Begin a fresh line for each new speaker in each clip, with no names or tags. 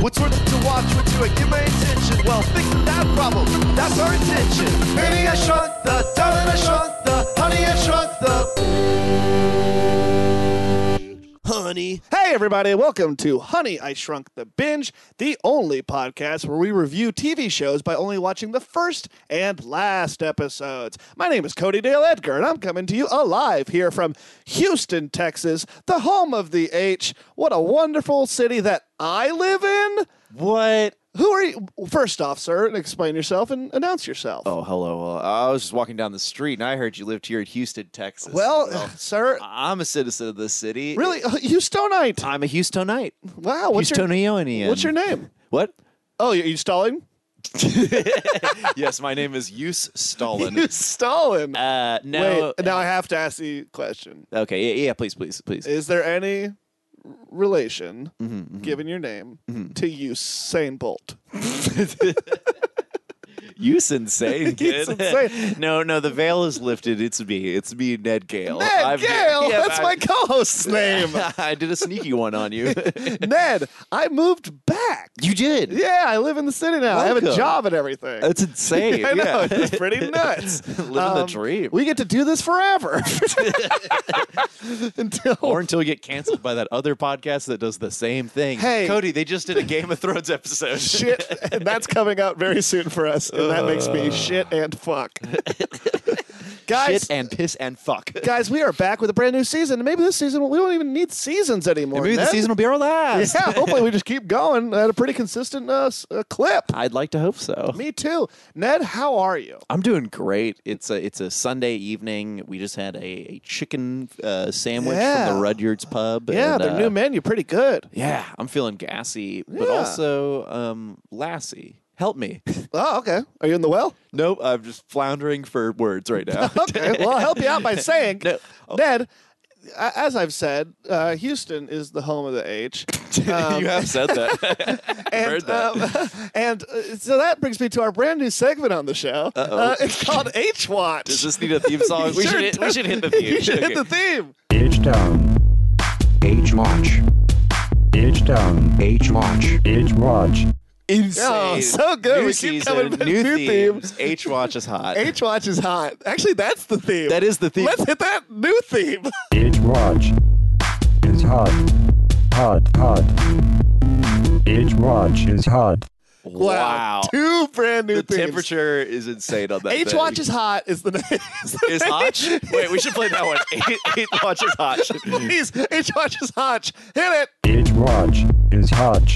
What's worth it to watch when you give my attention? Well, fix that problem. That's our intention. Baby, I shrunk the, darling, I shrunk the, honey, I shrunk the. Honey. Hey, everybody, welcome to Honey, I Shrunk the Binge, the only podcast where we review TV shows by only watching the first and last episodes. My name is Cody Dale Edgar, and I'm coming to you alive here from Houston, Texas, the home of the H. What a wonderful city that I live in.
What?
Who are you? First off, sir, explain yourself and announce yourself.
Oh, hello. Uh, I was just walking down the street and I heard you lived here in Houston, Texas.
well,
Oh.
sir,
I- I'm a citizen of this city.
really, Houstonite.
I'm a Houstonite.
Wow, what's your,
Houstonian.
what's your name?
What?
Oh, you you stalling?
yes, my name is Yus Stalin.
You stalling?
uh, no.
Wait, now I have to ask the question:
Okay, yeah, yeah, please, please, please.
Is there any relation,
Mm-hmm,
given your name, to Usain Bolt?
Yus insane, kid.
insane.
no, no, the veil is lifted. It's me. It's me, Ned Gale.
Ned
Oh, I've-
Gale,
Yeah,
that's my
I-
co-host's name.
I did a sneaky one on you.
Ned, I moved back.
you did.
Yeah, I live in the city now. I have a
Welcome.
job and everything.
That's insane.
I know.
yeah.
It's pretty nuts. Um,
Living the dream.
We get to do this forever. Until
or until we get canceled by that other podcast that does the same thing.
Hey.
Cody, they just did a Game of Thrones episode.
shit. And that's coming out very soon for us. And that makes me shit and fuck. guys,
Uh. Shit and piss and fuck.
guys, we are back with a brand new season. And maybe this season, we don't even need seasons anymore.
Maybe the
Ned.
season will be our last.
Yeah, hopefully we just keep going at a pretty consistent uh, s- uh, clip.
I'd like to hope so.
Me too. Ned, how are you?
I'm doing great. It's a it's a Sunday evening. We just had a, a chicken uh, sandwich
Yeah.
from the Rudyard's Pub.
Yeah,
and,
their
uh,
new menu, pretty good.
Yeah, I'm feeling gassy, but
Yeah.
also um, Lassie. Help me.
Oh, okay. Are you in the well?
nope, I'm just floundering for words right now.
okay. Well, I'll help you out by saying,
No.
Ned, a- as I've said, uh, Houston is the home of the H.
you have said that.
And,
Heard that.
um, and uh, so that brings me to our brand new segment on the show. Uh, it's called H Watch.
Does this need a theme song? We
Sure
should hit, we should hit the theme.
you should
Okay.
hit the theme.
H down. H watch. H down. H watch. H watch.
insane.
Oh, so good.
New
We keep
season,
coming with
new,
new
themes. H Watch is hot.
H Watch is hot. Actually, that's the theme.
that is the theme.
Let's hit that new theme.
H watch. Is hot. Hot. Hot. H watch is hot.
wow.
Two brand new
The
themes.
temperature is insane on that.
H
thing.
Watch is hot is the name.
is hot. Wait, we should play that one. H, H Watch is hot.
Please, H Watch is hot. Hit it.
H watch is hot.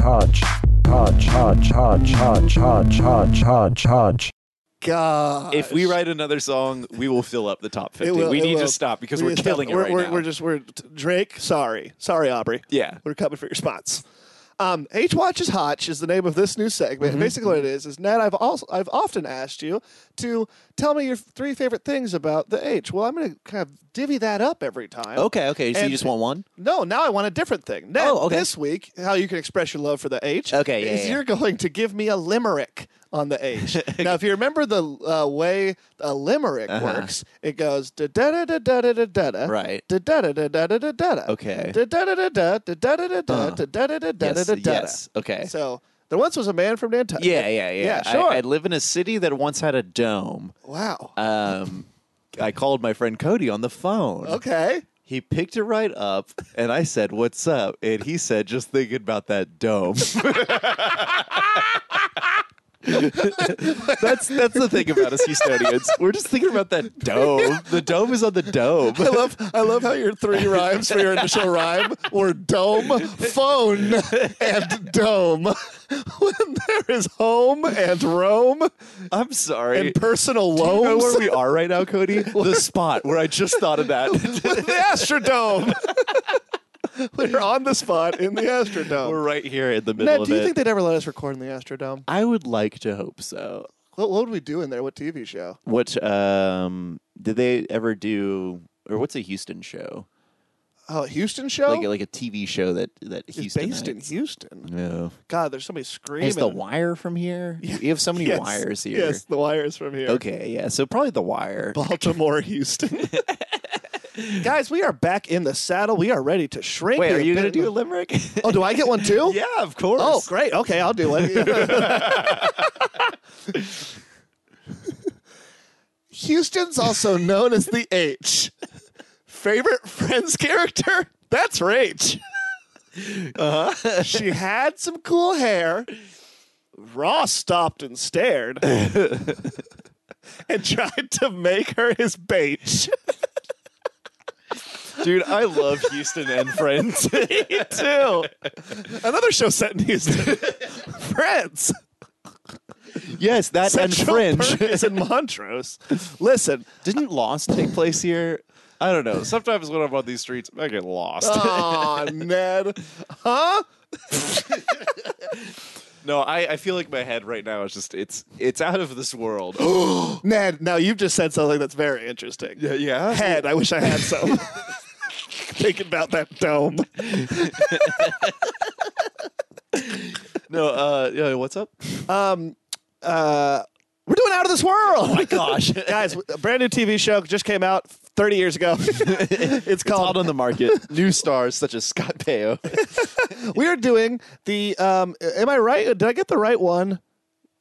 Hot. Hot. Hot. Hot. Hot. Hot. Hot. Hot. Hot.
God.
If we write another song, we will fill up the top
It
fifty.
will-
we
it
need
will.
to stop because
We
are
need to
killing
stop.
it
we're,
right
we're,
now.
We're just we're Drake. Sorry, sorry, Aubrey.
yeah.
We're coming for your spots. Um, H Watch is Hotch is the name of this new segment. And
Mm-hmm.
Basically, what it is is Ned. I've also I've often asked you to tell me your three favorite things about the H. Well, I'm going to kind of divvy that up every time.
Okay. Okay. So
And-
you just want one?
No, now I want a different thing. Ned,
Oh, okay.
this week, how you can express your love for the H.
Okay, yeah,
is
yeah.
you're going to give me a limerick on the H. now, if you remember the uh, way a limerick works, it goes da da da da da da da da.
Uh-huh. Right.
Da da da da da da da da.
Okay. Uh-huh.
Da da da da da da da da da da da da da da da
Yes,
da da.
yes, okay.
So there once was a man from Nantucket.
Yeah. Yeah. Yeah.
Yeah,
I-
sure.
I live in a city that once had a dome.
Wow.
Um, I called my friend Cody on the phone.
Okay.
He picked it right up, and I said, "What's up?" And he said, "Just thinking about that dome." that's that's the thing about us Houstonians. We're just thinking about that dome. The dome is on the dome.
I love I love how your three rhymes for your initial rhyme were dome, phone, and dome. When there is home and Rome
I'm sorry.
and personal
Do you know
loans,
where we are right now, Cody? the spot where I just thought of that.
the Astrodome. We're on the spot in the
We're
Astrodome.
right here in the middle
Ned,
of
do you
it.
think they'd ever let us record in the Astrodome?
I would like to hope so.
What, what would we do in there? What TV show?
What um did they ever do or what's a Houston show?
Oh, a Houston show?
like like a TV show that that
it's
Houston
based in Houston.
No,
God, there's somebody screaming.
is the Wire from here? You have so many
Yes,
wires here.
Yes, the wires from here.
Okay, yeah. So probably the Wire.
Baltimore, Houston. Guys, we are back in the saddle. We are ready to shrink.
Wait,
We
are
have
you
been
gonna
in the-
do a limerick?
Oh, do I get one too?
yeah, of course.
Oh, great. Okay, I'll do it. Houston's also known as the H. Favorite Friends character? That's Rach. Uh-huh. she had some cool hair. Ross stopped and stared and tried to make her his bait.
dude, I love Houston and Friends.
Me too. Another show set in Houston. Friends.
yes, that
Central
and Fringe.
Perk is in Montrose. Listen,
Didn't Lost take place here? Uh. I don't know. Sometimes when I'm on these streets, I get lost.
oh Ned, huh?
no, I, I feel like my head right now is just it's it's out of this world.
Ned, now you've just said something that's very interesting.
yeah.
Head, I wish I had some. Thinking about that dome.
No, uh, yeah, what's up?
Um, Uh, we're doing out of this world. Oh my
gosh.
guys! A brand new TV show just came out 30 years ago. it's
Out
called
on the market, new stars such as Scott Peo.
we are doing the um am i right did i get the right one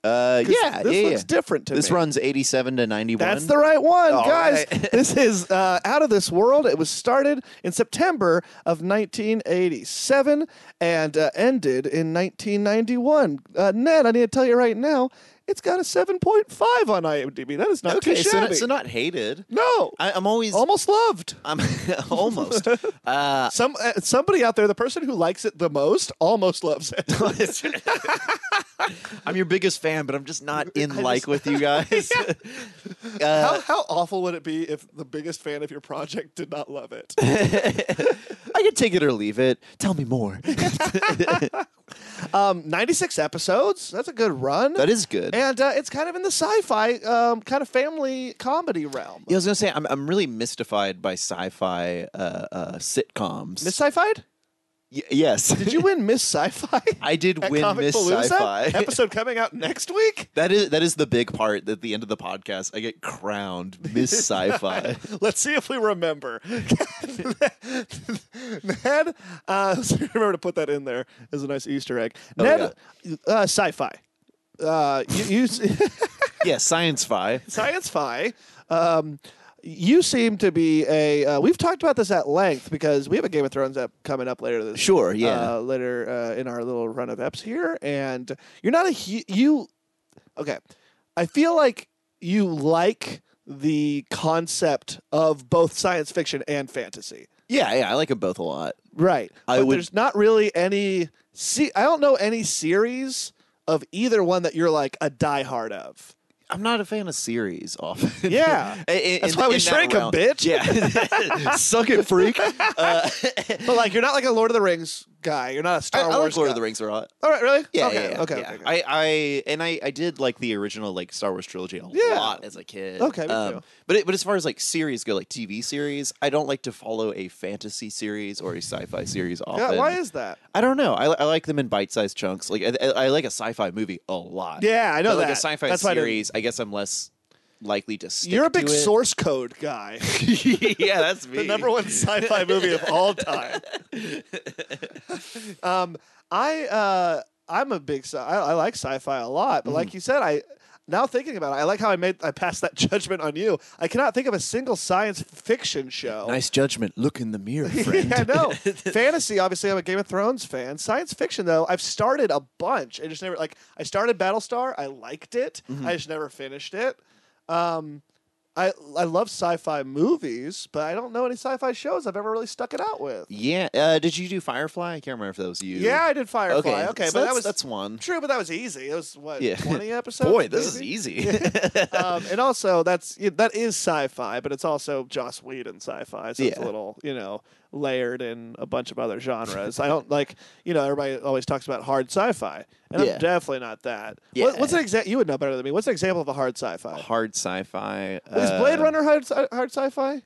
Uh,
'Cause
yeah,
this
yeah,
looks
yeah.
different to
This
me
runs 87 to 91.
that's the right one
All
guys
right.
this is uh, out of this world it was started in september of 1987 and uh, ended in 1991 uh, ned i need to tell you right now it's got a 7.5 on imdb that is not
okay.
too
So
shabby
not, so not hated.
no
I, I'm always
almost loved
I'm almost. Uh,
some uh, somebody out there the person who likes it the most almost loves it
I'm your biggest fan, but I'm just not in like with you guys. Uh,
How, how awful would it be if the biggest fan of your project did not love it?
I can take it or leave it. Tell me more.
um, 96 episodes. That's a good run.
that is good.
and uh, it's kind of in the sci fi, um, kind of family comedy realm.
Yeah, I was gonna say I'm I'm really mystified by sci-fi uh, uh, sitcoms.
Miss Sci Fi?
Y- yes,
Did you win Miss Sci Fi?
I did win Miss Sci-Fi.
Episode coming out next week?
that is that is the big part. At the end of the podcast, I get crowned Miss Sci-Fi.
Let's see if we remember. Ned, uh, so remember to put that in there as a nice Easter egg. Ned, uh, sci fi. Uh, you, you
yeah, science-fi.
Science Fi. Um, you seem to be a. Uh, we've talked about this at length because we have a Game of Thrones app coming up later this.
Sure, yeah.
Uh, later uh, in our little run of eps here, and you're not a hu- you. Okay, I feel like you like the concept of both science fiction and fantasy.
Yeah, yeah, I like them both a lot.
Right.
I
but
would-
there's not really any see I don't know any series of either one that you're like a diehard of.
I'm not a fan of series often.
Yeah.
In- in-
That's
in-
why we
in that
shrank 'em,
realm.
bitch.
Yeah, suck it, freak. Uh,
But like, you're not like a Lord of the Rings guy. You're not a Star
I, I
Wars.
like Lord
guy.
of the Rings a lot.
All right, really?
Yeah,
uh, Okay.
yeah, yeah,
okay.
yeah.
Okay.
I,
okay.
I and I, I did like the original like Star Wars trilogy a
Yeah.
lot as a kid. Um,
Okay, me too.
But it, but as far as like series go, like TV series, I don't like to follow a fantasy series or a sci-fi series often.
yeah, why is that?
I don't know. I, I like them in bite-sized chunks. Like I, I like a sci-fi movie a lot.
Yeah, I know
But, like
that.
a sci-fi
That's why I didn't-
series, I guess I'm less likely to stick.
You're a
to
big
it.
source code guy.
yeah, that's me.
the number one sci-fi movie of all time. um, I uh, I'm a big sci- I, I like sci-fi a lot, but like you said, I now thinking about it, I like how I made I passed that judgment on you. I cannot think of a single science fiction show.
Nice judgment. Look in the mirror, friend.
yeah, I know. Fantasy, obviously, I'm a Game of Thrones fan. Science fiction, though, I've started a bunch. I just never like. I started Battlestar. I liked it.
Mm-hmm.
I just never finished it. Um, I I love sci-fi movies, but I don't know any sci-fi shows I've ever really stuck it out with.
Yeah. Uh, did you do Firefly? I can't remember if that was you.
Yeah, I did Firefly. Okay,
Okay. so
but that
that's-
was
that's one.
true. But that was easy. It was what
Yeah.
twenty episodes.
Boy, this
maybe?
is easy.
um, and also that's yeah, that is sci-fi, but it's also Joss Whedon sci-fi, so it's a
Yeah.
little you know layered in a bunch of other genres. I don't like you know everybody always talks about hard sci-fi, and
Yeah.
I'm definitely not that.
Yeah.
What, what's an example? You would know better than me. What's an example of a hard sci-fi?
Hard sci-fi.
is
uh,
Blade Runner hard, sci- hard sci-fi?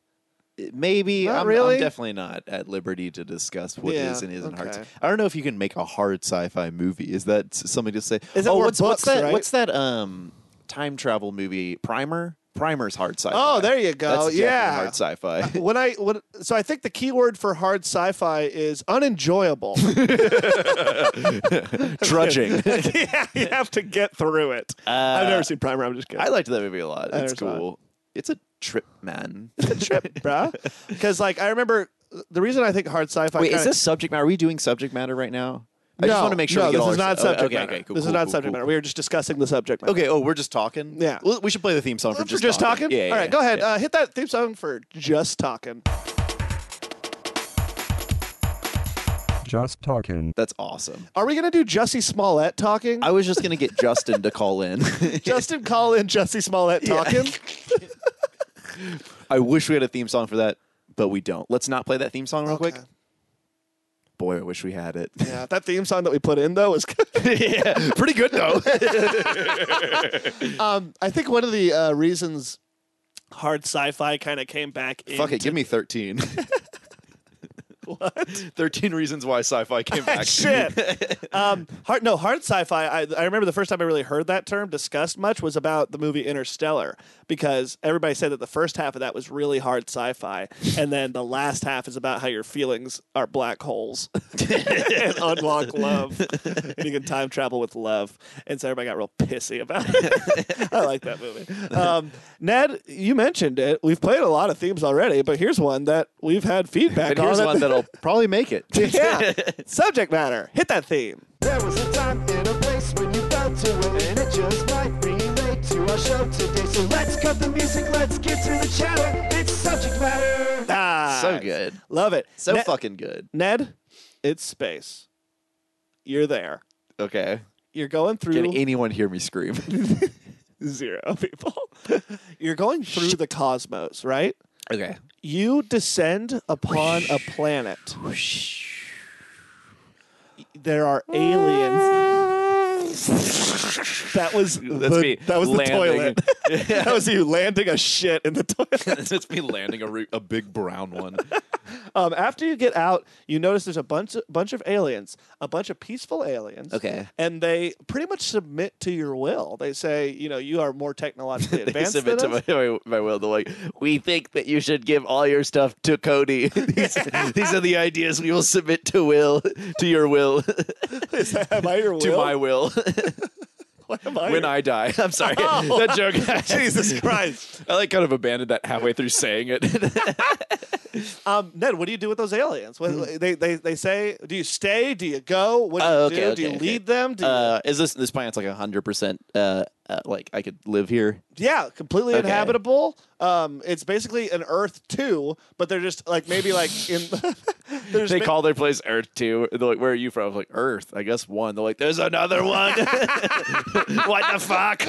Maybe.
Not
I'm, I'm
really?
definitely not at liberty to discuss what
Yeah,
is and isn't hard. sci-
okay.
I don't know if you can make a hard sci-fi movie. Is that s- something to say?
Is it
oh,
more
what's, what's
books,
that?
right?
What's that? Um, time travel movie, Primer. Primer's hard sci-fi.
Oh, there you go.
That's definitely
yeah.
hard sci-fi.
when I when, so I think the key word for hard sci-fi is unenjoyable.
Trudging.
yeah, you have to get through it. I've never seen Primer. I'm just kidding.
Uh, I liked that movie a lot. It's
never saw it.
cool. It's a trip, man.
trip, bruh. Because like I remember the reason I think hard sci-fi.
Wait,
kinda,
is this subject matter? Are we doing subject matter right now? I
No,
just want to make sure
No,
we get
this
all
is
our-
not
oh,
subject
okay,
matter.
Okay, cool,
this
cool,
is not
cool,
subject
cool.
matter. We were just discussing the subject matter.
Okay. Oh, we're just talking.
Yeah.
Well, we should play the theme song for
For
just,
just talking.
Yeah, yeah,
All right,
yeah.
go ahead.
Yeah.
Uh, hit that theme song for just talking.
Just talking.
That's awesome.
Are we gonna do Jussie Smollett talking?
I was just gonna get Justin to call in.
Justin, call in Jussie Smollett talking.
I wish we had a theme song for that, but we don't. Let's not play that theme song real quick.
Okay.
Boy, I wish we had it.
Yeah, that theme song that we put in though was good.
yeah, pretty good though.
Um, I think one of the uh, reasons hard sci-fi kind of came back.
Fuck
into-
it, give me 13. what? 13 reasons why sci-fi came back.
Shit. um, hard, no, hard sci-fi. I, I remember the first time I really heard that term discussed much was about the movie Interstellar because everybody said that the first half of that was really hard sci-fi, and then the last half is about how your feelings are black holes and unlock love, and you can time travel with love. And so everybody got real pissy about it. I like that movie. Um, Ned, you mentioned it. We've played a lot of themes already, but here's one that we've had feedback
And
on.
here's
that-
one that'll probably make it.
yeah. Subject matter. Hit that theme.
There was a time and a place when you felt to it, and it just might relate to our show today. So let's cut the music, let's get to the chatter. It's subject matter.
Nice.
So good.
Love it.
So
Ne-
fucking good.
Ned, it's space. You're there.
Okay.
You're going through
Can anyone hear me scream? e-
zero people. You're going through the cosmos, right?
okay.
You descend upon a planet. There are aliens. That was the-
me
that was the
landing.
toilet. that was you landing a shit in the toilet.
That's me landing a, re- a big brown one.
Um, after you get out, you notice there's a bunch bunch of aliens, a bunch of peaceful aliens.
Okay.
And they pretty much submit to your will. They say, you know, you are more technologically
They
advanced
submit to
than
my,
us.
my, my will. They're like, we think that you should give all your stuff to Cody. these, these are the ideas we will submit to will, to your will,
Am I your will?
to my will.
Why am I
when
your-
I die. I'm sorry. That joke.
Jesus Christ.
I like kind of abandoned that halfway through saying it.
Um, Ned, what do you do with those aliens? What, they, they they say, do you stay? Do you go? What do you
Hmm. Oh,
do?
okay,
do you
okay, okay.
lead them? Do you,
uh, is this this planet's like hundred percent? Uh, uh, like I could live here.
yeah, completely
okay.
inhabitable. Um, it's basically an Earth two, but they're just like maybe like in. they're just
They
ma-
call their place Earth Two. They're like, "Where are you from?" I'm like, "Earth." I guess one. They're like, "There's another one." what the fuck?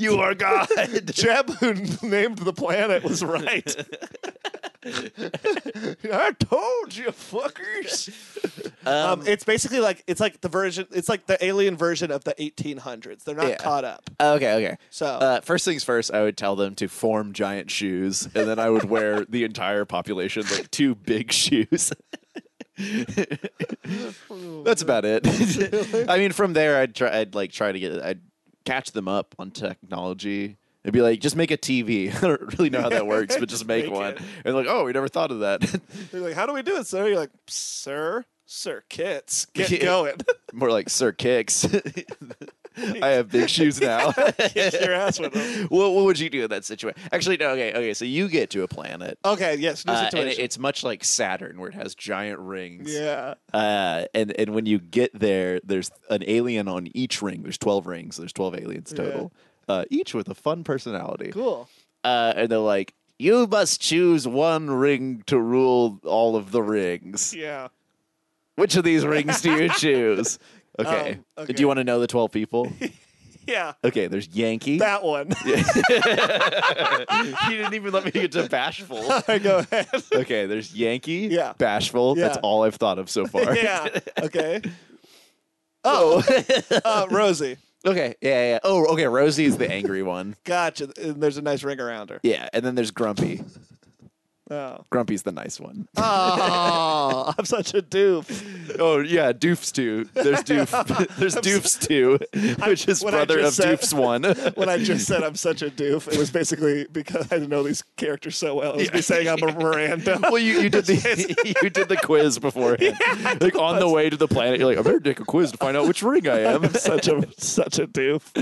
you are God.
Jeb, who named the planet, was right. I told you, fuckers. Um, it's basically like it's like the version, it's like the alien version of the 1800s. They're not
Yeah.
caught up.
Okay, okay.
So-
uh, first things first, I would tell them to form giant shoes, and then I would wear the entire population like two big shoes. That's about it. I mean, from there, I'd try. I'd like try to get. I'd catch them up on technology. It'd be like just make a TV. I don't really know how that works, but just make,
Make
one.
it.
And like, oh, we never thought of that.
They're like, how do we do it, sir? You're like, sir, sir, kits, get
Yeah.
going.
More like Sir Kicks. I have big shoes now.
Kick your ass with them.
what, what would you do in that situation? Actually, no. Okay, okay. So you get to a planet,
Okay, yes, new
uh, and
situation.
it- it's much like Saturn, where it has giant rings.
yeah.
Uh, and and when you get there, there's an alien on each ring. There's twelve rings. There's twelve aliens total. Uh, each with a fun personality.
Cool.
Uh, and they're like, you must choose one ring to rule all of the rings.
Yeah.
Which of these rings do you choose? Okay.
Um, okay.
Do you want to know the twelve people?
Yeah.
Okay, there's Yankee.
That one.
you didn't even let me get to bashful.
All right, go ahead.
Okay, there's Yankee.
Yeah.
Bashful. That's
Yeah.
all I've thought of so far.
yeah. Okay.
Oh.
Uh, Rosie.
okay. Yeah, yeah. Oh, okay. Rosie's the angry one.
Gotcha. And there's a nice ring around her.
Yeah, and then there's Grumpy.
Oh.
Grumpy's the nice one.
Oh, I'm such a doof.
Oh yeah, Doofs two. There's Doof. There's Doofs two, which is
when I
brother of
just said-
Doofs one.
When I just said I'm such a doof, it was basically because I didn't know these characters so well. It was me saying I'm a Miranda.
well, you, you did the you did the quiz beforehand. like on the way to the planet, you're like, I better take a quiz to find out which ring I am.
such a such a doof.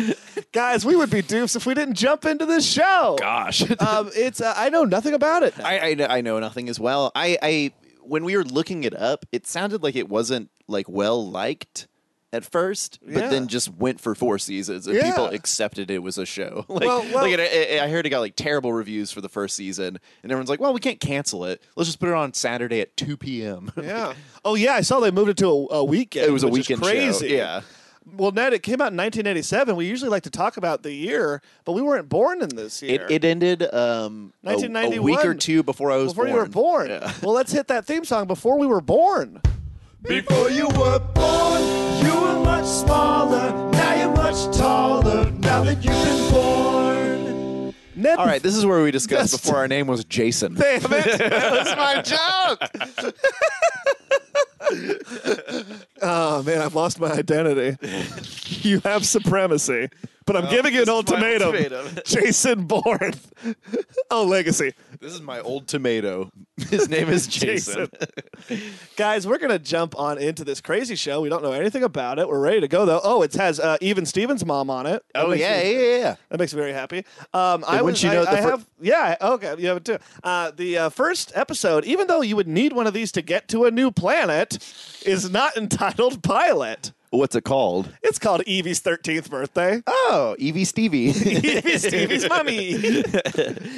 Guys, we would be doofs if we didn't jump into this show.
Gosh,
Um, it's uh, I know nothing about it.
I, I kn- I know nothing as well. I I when we were looking it up, it sounded like it wasn't like well liked at first, but
Yeah.
then just went for four seasons and
Yeah.
people accepted it was a show. Like,
Well, well-
like it, it, I heard it got like terrible reviews for the first season, and everyone's like, "Well, we can't cancel it. Let's just put it on Saturday at two p.m."
yeah. Oh yeah, I saw they moved it to a, a weekend.
it was a
which is
weekend
Crazy.
show. Yeah.
Well, Ned, it came out in 1987. We usually like to talk about the year, but we weren't born in this year.
It, it ended um, a, a week
1991,
or two before I was
before
born.
you were born.
Yeah.
Well, let's hit that theme song before we were born.
Before you were born, you were much smaller. Now you're much taller. Now that you've been born.
Ned,
All right, this is where we discussed
Just-
before our name was Jason.
damn it.
That's my joke.
Oh man, I've lost my identity. Oh, you have supremacy, but I'm giving you an ultimatum.
ultimatum.
Jason Bourne. oh, legacy.
This is my old tomato. His name is Jason.
Guys, we're gonna jump on into this crazy show. We don't know anything about it. We're ready to go though. Oh, it has uh, Even Stevens' mom on it. That
oh
makes
yeah,
me-
yeah, yeah.
That makes me very happy. Um, I
wouldn't
was,
you know
I,
the
I
fir-
have, yeah, okay, you have it too. Uh, the uh, first episode, even though you would need one of these to get to a new planet, is not entitled pilot.
What's it called?
It's called Evie's thirteenth birthday.
Oh, Evie Stevie.
Evie's Stevie's mommy,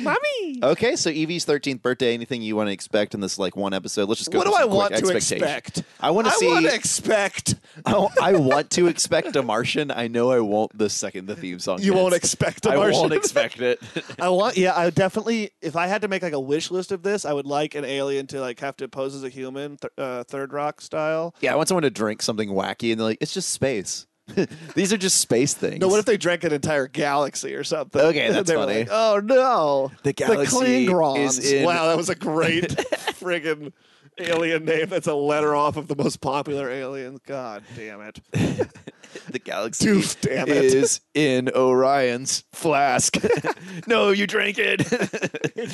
mommy.
okay, so Evie's thirteenth birthday. Anything you want to expect in this like one episode? Let's just go.
What do
through
I
some quick
want to
expectation.
expect?
I want to see.
I want to expect.
I, w- Oh, I want to expect a Martian. I know I won't the second the theme song.
You won't
hits.
expect a
I
Martian.
won't expect it.
I want, yeah, I would definitely. If I had to make like a wish list of this, I would like an alien to like have to pose as a human, th- uh, Third Rock style.
yeah, I want someone to drink something wacky and they're like, it's just space. These are just space things.
No, what if they drank an entire galaxy or something?
Okay,
And
that's
they were
funny.
like, oh no,
The galaxy
Klingons.
is in-
Wow, that was a great friggin' alien name. That's a letter off of the most popular alien. God damn it.
the galaxy
Doof, damn it.
is in Orion's flask. no, you drank it.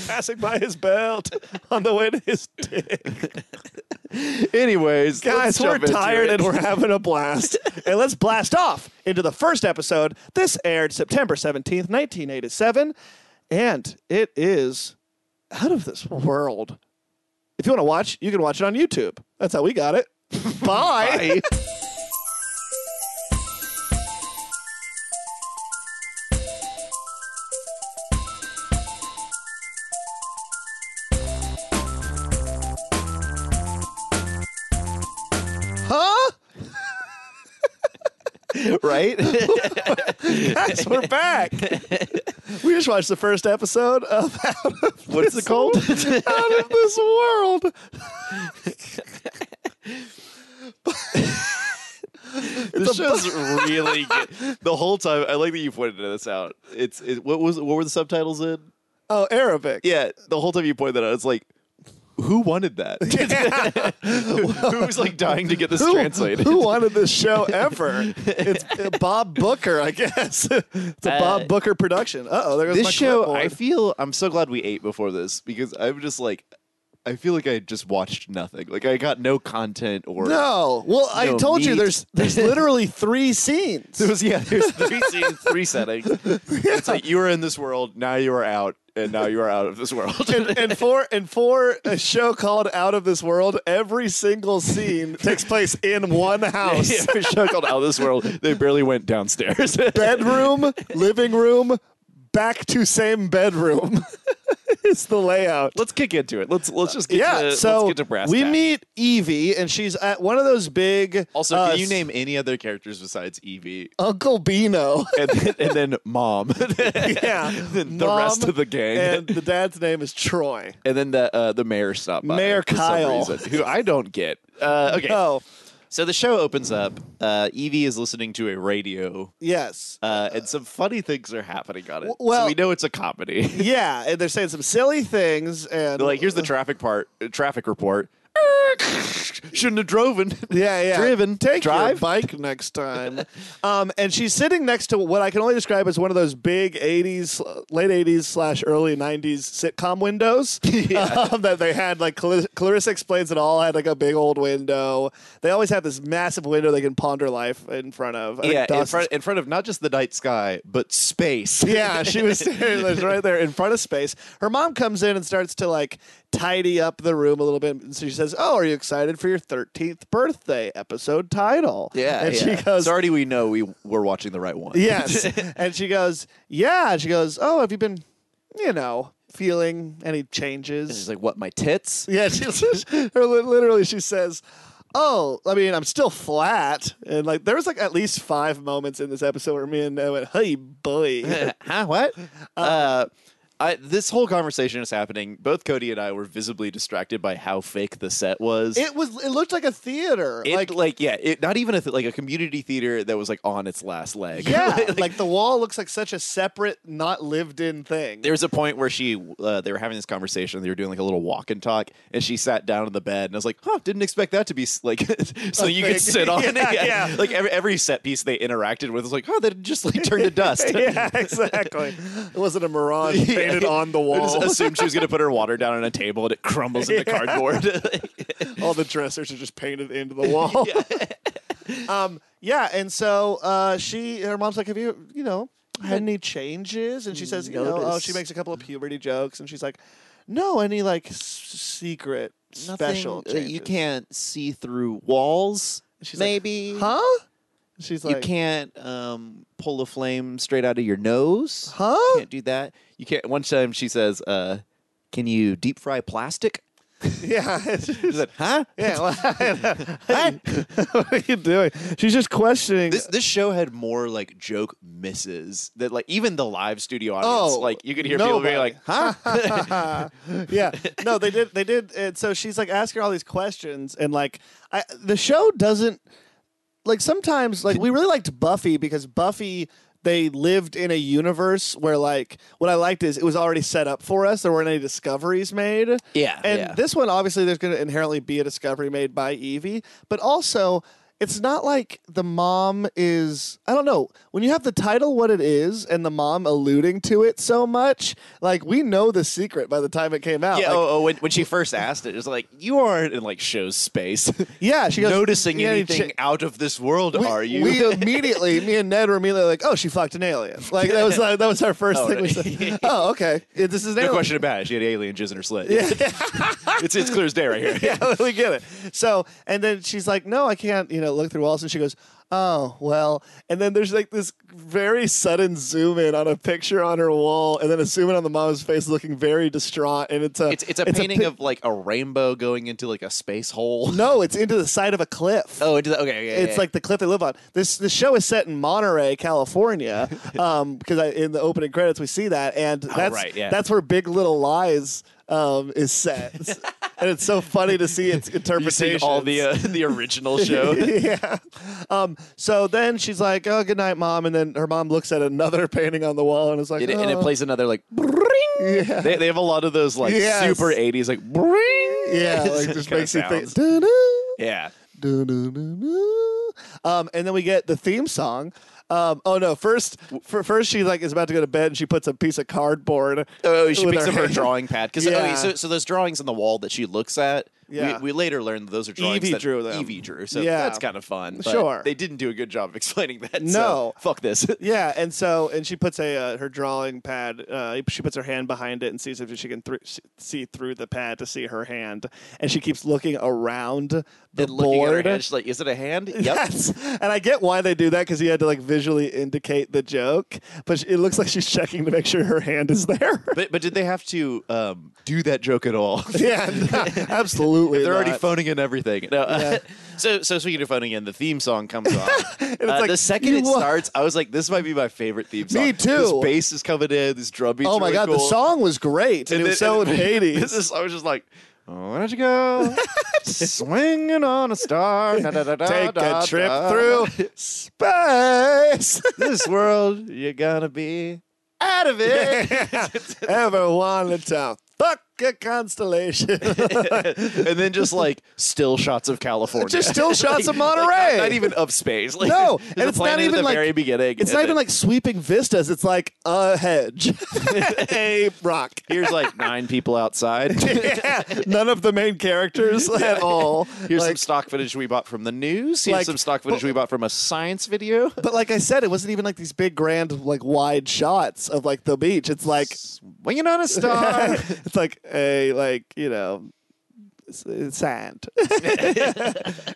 Passing by his belt on the way to his dick.
Anyways, let's
Guys, we're
jump into
tired
it.
and we're having a blast. and let's blast off into the first episode. This aired September 17th, 1987. And it is out of this world. If you want to watch, you can watch it on YouTube. That's how we got it.
Bye.
Bye. Huh?
right?
Guys, we're back. we just watched the first episode of Out of
What's
This
it called?
World- Out of This World.
this show's really good. the whole time. I like that you pointed this out. It's it, what was what were the subtitles in?
Oh, Arabic.
Yeah, the whole time you pointed that out, it's like. Who wanted that? Who's like dying to get this translated?
Who wanted this show ever? It's uh, Bob Booker, I guess. it's a Bob Booker production. Uh oh, there goes
this
my
show i
clipboard.
feel i'm so glad we ate before this because i'm just like i feel like i just watched nothing like i got no content or
no, well, I
No,
told you
meat.
there's there's literally three scenes.
there was yeah there's three scenes three settings it's like you were in this world now you are out and now you are out of this world
and, and for and for a show called Out of This World, every single scene takes place in one house.
Yeah, for a show called out of this world they barely went downstairs
bedroom, living room, back to same bedroom. it's the layout.
let's kick into it let's let's just get
yeah,
to,
so
let's get to brass
we
tacks.
meet Evie, and she's at one of those big.
also
uh,
can you name any other characters besides evie
Uncle Beano?
and then, and then mom
yeah,
then the rest
Mom
of the gang
and the dad's name is Troy.
and then the uh, the mayor stopped by
Mayor
for some
Kyle.
reason, who I don't get. Uh, okay,
Oh,
So the show opens up. Uh, Evie is listening to a radio,
Yes.
uh, and some funny things are happening on it.
W- well-
so we know it's a comedy.
Yeah, and they're saying some silly things, and
They're like, here's the traffic part, uh, traffic report. Shouldn't have driven.
Yeah, yeah.
Driven.
Take your
Drive.
bike next time. um, and she's sitting next to what I can only describe as one of those big '80s, late '80s slash early '90s sitcom windows um, that they had. Like Cla- Clarissa explains it all. Had like a big old window. They always have this massive window they can ponder life in front of. I think
yeah, in
Dawson's
front, in front of not just the night sky, but space.
yeah, she was staring like, right there in front of space. Her mom comes in and starts to like tidy up the room a little bit. And so she says, "Oh, are you excited for your 13th birthday episode title?"
Yeah,
and
yeah.
she goes.
So already we know we were watching the right one.
Yes, and she goes, yeah. And she goes, oh, have you been, you know, feeling any changes?
She's like, what? My tits?
yeah, she says, her, li- literally, she says, oh, I mean, I'm still flat, and like there was like at least five moments in this episode where me and I went, hey, boy,
huh? What? Uh, I, this whole conversation is happening. Both Cody and I were visibly distracted by how fake the set was.
it was, it looked like a theater,
It,
like
like, yeah, it, not even a th- like a community theater that was like on its last leg.
Yeah,
Like,
like, the wall looks like such a separate, not lived in thing.
there was a point where she, uh, they were having this conversation. They were doing like a little walk and talk, and she sat down on the bed, and I was like, "Huh, didn't expect that to be s- like so you
thing.
could sit on
Yeah,
it."
yeah.
Like every, every set piece they interacted with was like, "Oh, that just like turned to dust."
yeah, exactly. It wasn't a mirage
Yeah.
painted on the
I
wall.
just assumed she was gonna put her water down on a table and it crumbles into
Yeah.
cardboard.
All the dressers are just painted into the wall. um, yeah, and so uh, she, her mom's like, "Have you, you know, had any changes?" And she says, "You know, oh,
Notice.
she makes a couple of puberty jokes, and she's like, no, any like s- secret special changes.
uh, can't see through walls.
She's like,
maybe
huh?" She's like,
can't um, pull a flame straight out of your nose.
huh?"
Can't do that. You can't. One time she says, uh, "Can you deep fry plastic?"
Yeah,
I said, "Huh?"
Yeah, what are you doing? She's just questioning.
This this show had more like joke misses that like even the live studio audience
Oh,
like you could hear people being
nobody.
like, "Huh?"
yeah, no, they did. They did. And so she's like asking all these questions, and like I, the show doesn't like sometimes like we really liked Buffy because Buffy they lived in a universe where like what I liked is it was already set up for us. There weren't any discoveries made.
Yeah,
And
yeah.
this one obviously there's going to inherently be a discovery made by Evie, but also it's not like the mom is I don't know. When you have the title what it is and the mom alluding to it so much, like we know the secret by the time it came out.
Yeah.
Like,
oh, oh, when, when she first asked it, it was like, "You aren't in like show space,
yeah, she goes
oh, noticing
"Yeah,
anything
ch-
out of this world.
we,
are you?"
we immediately, me and Ned were immediately like, "Oh, she fucked an alien." Like that was like, that was our first
Oh,
thing we
no.
said. Oh, okay, Yeah, this is an
no
alien.
question about it. She had alien jizz in her slit. it's it's clear as day right here.
yeah, we get it. So, and then she's like, "No, I can't," you know, look through walls, and she goes, "Oh, well." And then there's like this very sudden zoom in on a picture on her wall, and then a zoom in on the mom's face, looking very distraught, and Uh, it's a
It's it's a painting
pic-
of like a rainbow going into like a space hole.
no, it's into the side of a cliff.
Oh, into the okay. okay
It's like the cliff they live on. This the show is set in Monterey, California, um, because I in the opening credits we see that, and that's
Oh, right, yeah.
that's where Big Little Lies um, is set, and it's so funny to see its
you see
interpretation.
all the uh, the original show.
yeah. Um, so then she's like, "Oh, good night, mom." And then her mom looks at another painting on the wall and is like,
It, and it
"Oh."
plays another like bring.
Yeah.
They, they have a lot of those like
Yes.
super eighties like bring.
Yeah, like just
kinda
makes you think.
sounds.
"Dun-dun,
Yeah,
dun-dun-dun-dun." Um, and then we get the theme song. Um, oh no! First, f- first she like is about to go to bed and she puts a piece of cardboard.
Oh, she
with
picks
her
up her
hand.
drawing pad because
Yeah.
so, so those drawings on the wall that she looks at.
Yeah.
We, we later learned that those are drawings
Evie
that
drew them.
Evie drew, so
Yeah.
that's kind of fun. But
Sure.
they didn't do a good job of explaining that.
No.
so fuck this.
Yeah, and so and she puts a uh, her drawing pad. Uh, she puts her hand behind it and sees if she can thr- see through the pad to see her hand. And she keeps looking around the
and looking
board.
at her hand, she's like, "Is it a hand?" Yep.
Yes, and I get why they do that because he had to like visually indicate the joke, but sh- it looks like she's checking to make sure her hand is there.
But but did they have to um, do that joke at all?
yeah, no, absolutely.
They're already
not.
phoning in everything. No, uh, so so speaking of phoning in, the theme song comes on. Uh,
like,
the second
you
it
wa-
starts, I was like, "This might be my favorite theme song."
Me
This
too.
bass is coming in. This drum beat's
Oh my
really
god, the
cool.
song was great, and, it was
then-
so
and-
eighties.
This is, I was just like, Oh, why don't you go swinging on a star? Da, da, da, da,
Take
da,
a trip
da.
through space.
this world. You're gonna be out of it.
Ever wanted to fuck a constellation?
and then just like still shots of California.
Just still shots of
Like, not-
Monterey.
not, even of space. Like,
No,
the
and it's
plane
not
at
even
the
like-
very beginning.
It's
and
not even
then
like sweeping vistas. It's like a hedge, a rock.
here's like nine people outside.
Yeah, none of the main characters at all.
Here's some
Like-
stock footage we bought from the news. Here's
Like,
some stock footage we bought from a science video.
but like I said, it wasn't even like these big, grand, like wide shots of like the beach. It's like
Swinging on a star.
it's like a like you know s- uh, sand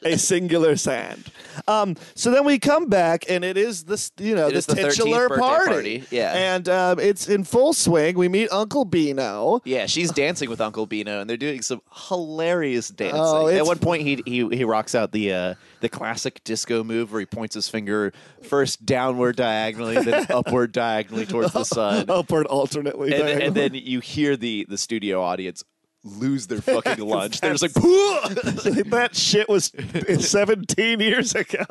a singular sand um so then we come back and it is this you know
It is
the
the 13th
titular
birthday party, yeah.
and um, it's in full swing we meet uncle bino
yeah, she's dancing with Uncle Bino, and they're doing some hilarious dancing.
Oh, it's-
At one point, he, he he rocks out the uh, the classic disco move where he points his finger first downward diagonally, then upward diagonally towards the sun.
upward alternately
and,
diagonal.
and then you hear the the studio audience lose their fucking lunch. They're just like, "Phew!"
that shit was 17 years ago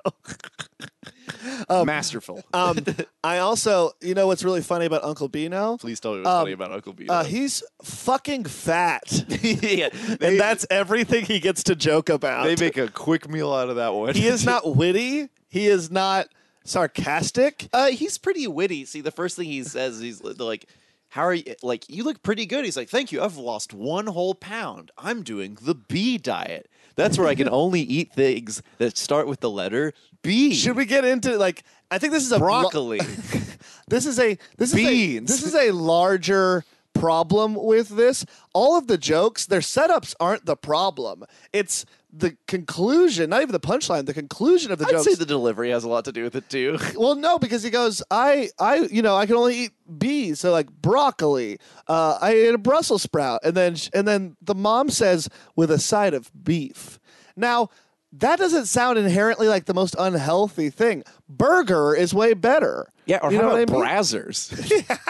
masterful.
um i also you know what's really funny about uncle bino
Please tell me what's
um,
funny about Uncle Beavis.
uh, he's fucking fat
yeah, they,
and that's everything he gets to joke about
they make a quick meal out of that one.
he is not witty. He is not sarcastic.
Uh, he's pretty witty. See, the first thing he says, he's li- like, "How are you? Like, you look pretty good." He's like, "Thank you. I've lost one whole pound. I'm doing the B diet. That's where I can only eat things that start with the letter B.
Should we get into like? I think this is a lo-
broccoli?
this is a this
Beans.
is a, this is a larger problem with this. All of the jokes, their setups aren't the problem. It's the conclusion, not even the punchline. The conclusion of the
I'd
jokes.
say the delivery has a lot to do with it too.
well, no, because he goes, I, I, you know, I can only eat bees, so like broccoli. Uh, I ate a Brussels sprout, and then sh- and then the mom says with a side of beef. Now that doesn't sound inherently like the most unhealthy thing. Burger is way better. you know what I mean?
Brazzers?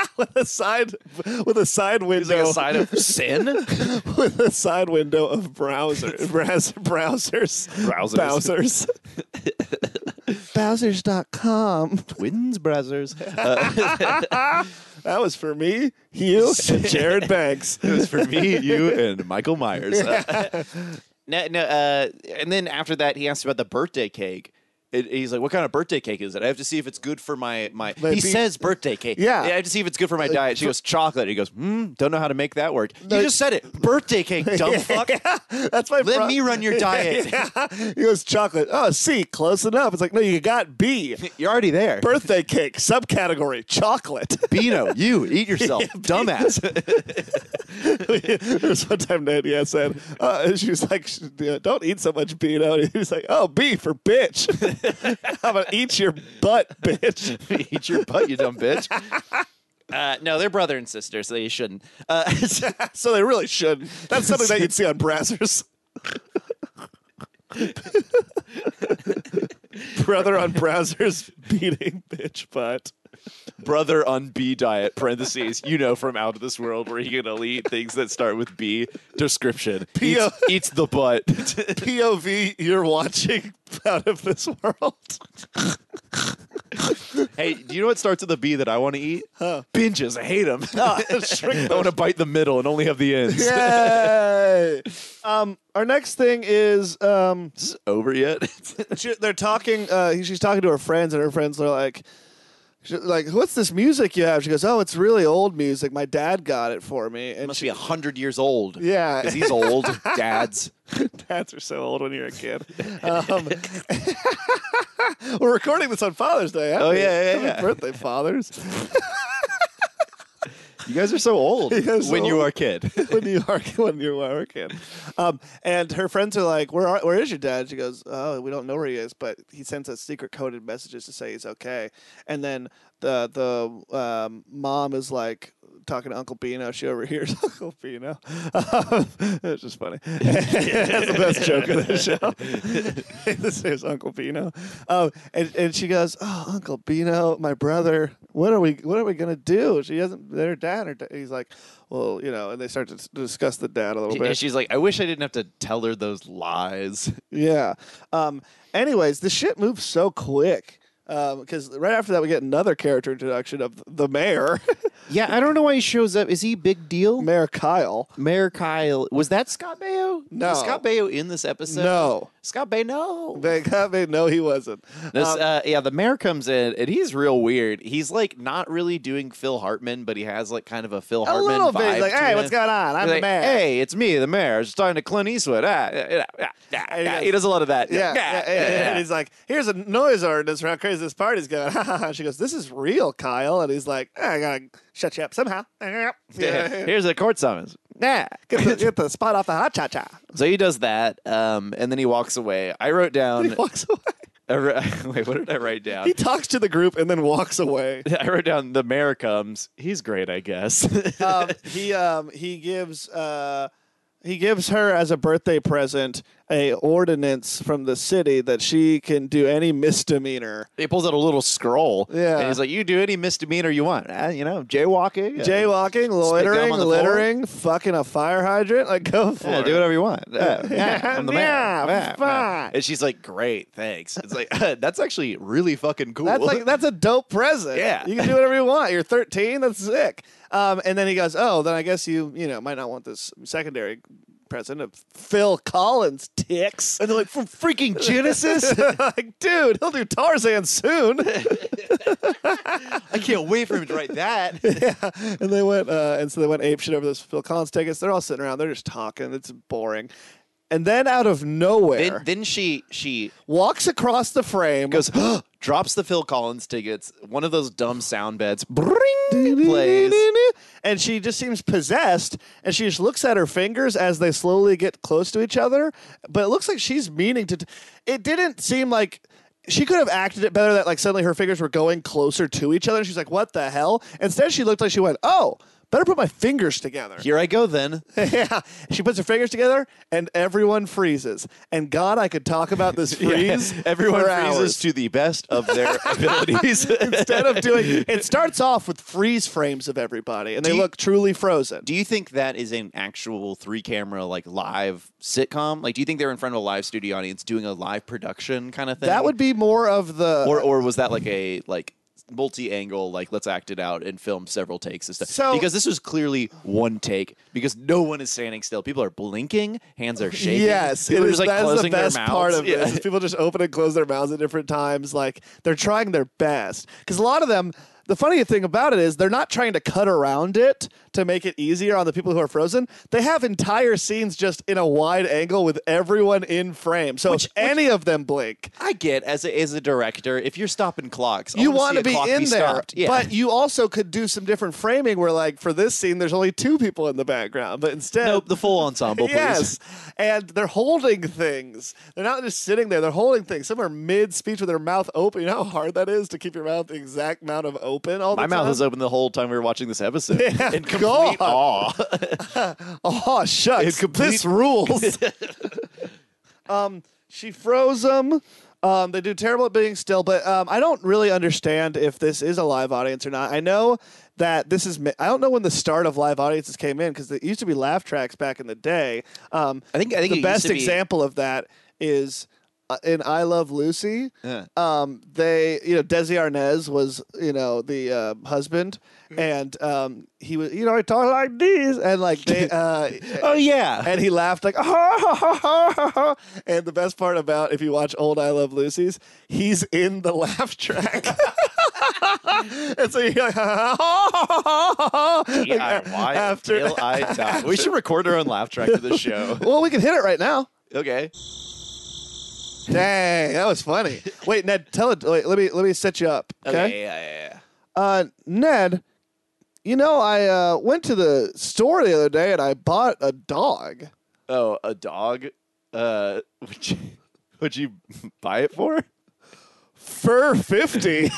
with a side with a side window
like a side of sin.
with a side window of browser browsers browsers browsers Bowser's.com.
Twins Brazzers.
That was for me, you, and Jared Banks.
it was for me, you, and Michael Myers. no, no. Uh, and then after that, he asked about the birthday cake. It, he's like, "What kind of birthday cake is it? I have to see if it's good for my my."
My
he
beef-
says birthday cake.
Yeah. Uh,
I have to see if it's good for my diet. She goes chocolate. He goes, "Hmm, don't know how to make that work."
No.
you just said it. Birthday cake, dumb fuck.
That's my
Let
pro-
me run your diet.
Yeah. He goes, chocolate. Oh, C, close enough. It's like, no, you got B.
You're already there.
Birthday cake, subcategory, chocolate.
Bino, you eat yourself, dumbass.
There's one time Nadia said, uh, and she was like, sh- uh, don't eat so much Beano. And he was like, oh, B for bitch. How about eat your butt, bitch?
Eat your butt, you dumb bitch. Uh, no, they're brother and sister, so they shouldn't. Uh,
so they really should. That's something that you'd see on Brazzers. Brother on Brazzers beating bitch butt.
brother on B diet, parentheses, you know from Out of This World, where he can only eat things that start with B. Description.
P.O.
Eats, eats the butt.
POV, you're watching out of this world.
hey, do you know what starts with a B that I want to eat?
Huh.
Binges. I hate them.
Shrink
I want to bite the middle and only have the ends.
Yay! um, our next thing is um,
Is this over yet?
she, they're talking. Uh, she's talking to her friends, and her friends are like, she, "Like, what's this music you have?" She goes, "Oh, it's really old music. My dad got it for me." And
Must
she,
be a hundred years old.
Yeah.
because he's old. Dads.
dads are so old when you're a kid. Um, we're recording this on Father's Day. haven't
Oh,
we?
yeah, yeah,
Happy
yeah.
birthday, fathers.
You guys are so old
guys are
when you
old.
are a kid.
when you are when you are a kid. Um, and her friends are like, "Where are, where is your dad?" She goes, "Oh, we don't know where he is, but he sends us secret coded messages to say he's okay." And then the the um, mom is like talking to Uncle Bino. She overhears Uncle Bino. it's just funny. That's the best joke of the show. this is Uncle Bino. Um, and and she goes, "Oh, Uncle Bino, my brother. what are we what are we gonna do? She hasn't their dad or he's like, well, you know, and they start to s- discuss the dad a little
And
bit.
she's like, I wish I didn't have to tell her those lies.
Yeah. Um, anyways, the shit moves so quick. Because right after that, we get another character introduction of the mayor,
Yeah, I don't know why he shows up. Is he big deal?
Mayor Kyle.
Mayor Kyle. Was that Scott Baio?
No.
Was Scott Baio in this episode?
No,
Scott Baio, no.
they got me. No, he wasn't.
This,
Um,
uh, yeah, the mayor comes in and he's real weird. He's like not really doing Phil Hartman, but he has like kind of a Phil
a
Hartman
little
vibe.
bit. He's like,
to
hey,
him.
what's going on? I'm
He's
the
like,
mayor.
Hey, it's me, the mayor. I was talking to Clint Eastwood. Ah, yeah, yeah, yeah, yeah,
he
yeah.
goes-
He does a lot of that.
Yeah, yeah,
yeah,
yeah, And he's like, here's a noise ordinance for how crazy this party's going. And she goes, this is real, Kyle. And he's like, "Ah, I gotta shut you up somehow. Yeah.
yeah. Here's a court summons. Nah.
Get, the, get the spot off the hot cha cha.
So he does that, um, and then he walks away. I wrote
He
down.
walks away.
I wr- Wait, what did I write down?
He talks to the group and then walks away.
I wrote down the mayor comes. He's great, I guess.
um, he um, he gives uh, he gives her as a birthday present a ordinance from the city that she can do any misdemeanor.
he pulls out a little scroll.
Yeah.
And he's like, you do any misdemeanor you want. Uh, you know, jaywalking. uh,
Jaywalking, loitering,
on the floor?
littering, fucking a fire hydrant, like go for
Yeah,
it.
do whatever you want. Uh, yeah, I'm the mayor.
Yeah,
Yeah,
fine.
And she's like, great, thanks. It's like, that's actually really fucking cool.
That's like that's a dope present.
Yeah.
you can do whatever you want. You're 13. That's sick. Um, and then he goes, oh, then I guess you you know might not want this secondary present of Phil Collins ticks.
and they're like, from freaking Genesis?
like, dude, he'll do Tarzan soon.
I can't wait for him to write that.
yeah. And they went, uh, and so they went ape shit over those Phil Collins tickets. They're all sitting around. They're just talking. It's boring. And then out of nowhere,
then, then she she
walks across the frame.
goes, drops the Phil Collins tickets, one of those dumb sound beds, bring, plays.
And she just seems possessed, and she just looks at her fingers as they slowly get close to each other. But it looks like she's meaning to. T- it didn't seem like she could have acted it better that like suddenly her fingers were going closer to each other. And she's like, "What the hell?" Instead, she looked like she went, "Oh, better put my fingers together."
Here I go then.
yeah, she puts her fingers together, and everyone freezes. And God, I could talk about this freeze.
Yeah, Everyone
for
freezes
hours.
to the best of their abilities.
Instead of doing, it starts off with freeze frames of everybody, and they
Do you-
look truly frozen.
do you think that is an actual three camera like live sitcom? Like do you think they're in front of a live studio audience doing a live production kind of thing?
that would be more of the
or or was that like a like multi angle like let's act it out and film several takes and stuff?
So-
because this was clearly one take because no one is standing still. People are blinking, hands are shaking.
Yes,
people
it
are
is.
just like
that is the
closing
best
their mouths.
part of
Yeah.
this. is People just open and close their mouths at different times. Like they're trying their best because a lot of them. The funny thing about it is they're not trying to cut around it to make it easier on the people who are frozen. They have entire scenes just in a wide angle with everyone in frame. So if any of them blink,
I get as a, as a director, if you're stopping clocks, I
you
want
to
to see a
be
clock
in there,
stopped. Yeah.
but you also could do some different framing where, like, for this scene, there's only two people in the background, but instead,
nope, the full ensemble, please.
yes, and they're holding things. They're not just sitting there; they're holding things. Some are mid-speech with their mouth open. You know how hard that is to keep your mouth the exact amount of open all the
My
time.
mouth was open the whole time we were watching this episode.
Yeah,
in complete
God.
awe.
Oh shucks!
It complete-
This rules. um, she froze them. Um, they do terrible at being still, but um, I don't really understand if this is a live audience or not. I know that this is. mi- I don't know when the start of live audiences came in because it used to be laugh tracks back in the day. Um,
I think- I think it
the
used
best
to be-
example of that is uh, in I Love Lucy.
Yeah.
Um, they, you know, Desi Arnaz was, you know, the uh, husband, and um, he was, you know, he talked like this, and like they, uh,
oh yeah.
and he laughed like, "Ah, ha, ha, ha, ha, ha, ha. and the best part about if you watch old I Love Lucy's, he's in the laugh track. and so you're like, ha, ha, ha, ha, ha, ha, ha, ha. Like,
DIY
after-
till I die. We should record our own laugh track for the show.
well, we can hit it right now.
Okay.
Dang, that was funny. Wait, Ned, tell it. Wait, let me let me set you up.
Okay. Yeah, yeah, yeah.
uh, Ned, you know, I uh, went to the store the other day and I bought a dog.
Oh, a dog. Uh, would you would you buy it for?
Fur 50.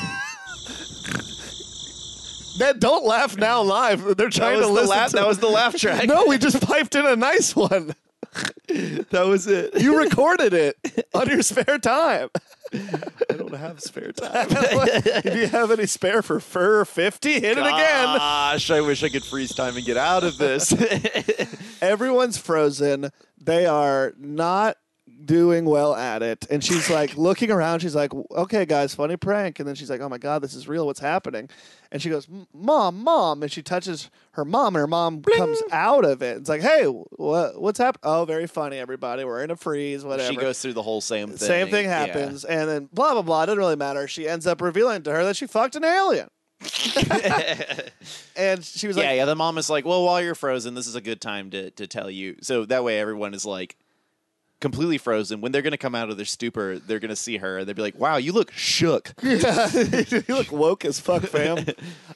Ned, don't laugh now live. They're trying
That was
to
the
listen
laugh.
to
That was the laugh track.
No, we just piped in a nice one.
that was it.
You recorded it on your spare time.
I don't have spare time.
if you have any spare for fur 50, hit it again.
Gosh, I wish I could freeze time and get out of this.
Everyone's frozen. They are not doing well at it. And she's like looking around. She's like, okay, guys, funny prank. And then she's like, oh my God, this is real. What's happening? And she goes, "M- mom, mom. And she touches her mom, and her mom comes out of it. It's like, hey, what, what's happening? Oh, very funny, everybody. We're in a freeze, whatever.
she goes through the whole same thing.
Same thing
Yeah.
happens, and then blah blah blah. It doesn't really matter. She ends up revealing to her that she fucked an alien, and she was
yeah,
like,
yeah. The mom is like, "Well, while you're frozen, this is a good time to to tell you." So that way, everyone is like completely frozen. When they're gonna come out of their stupor, they're gonna see her and they'll be like, "Wow, you look shook."
"You look woke as fuck, fam."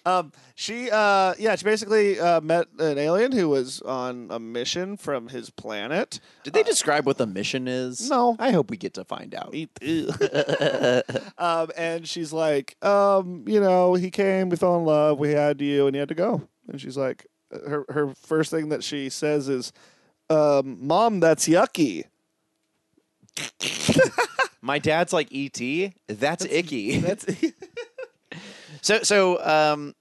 um, she, uh, yeah, she basically uh, met an alien who was on a mission from his planet.
Did they describe what the mission is?
no.
I hope we get to find out.
Um, and she's like, um, you know, he came, we fell in love, we had you, and he had to go. And she's like, her her first thing that she says is, um, "Mom, that's yucky."
My dad's like ET. That's, icky. so so um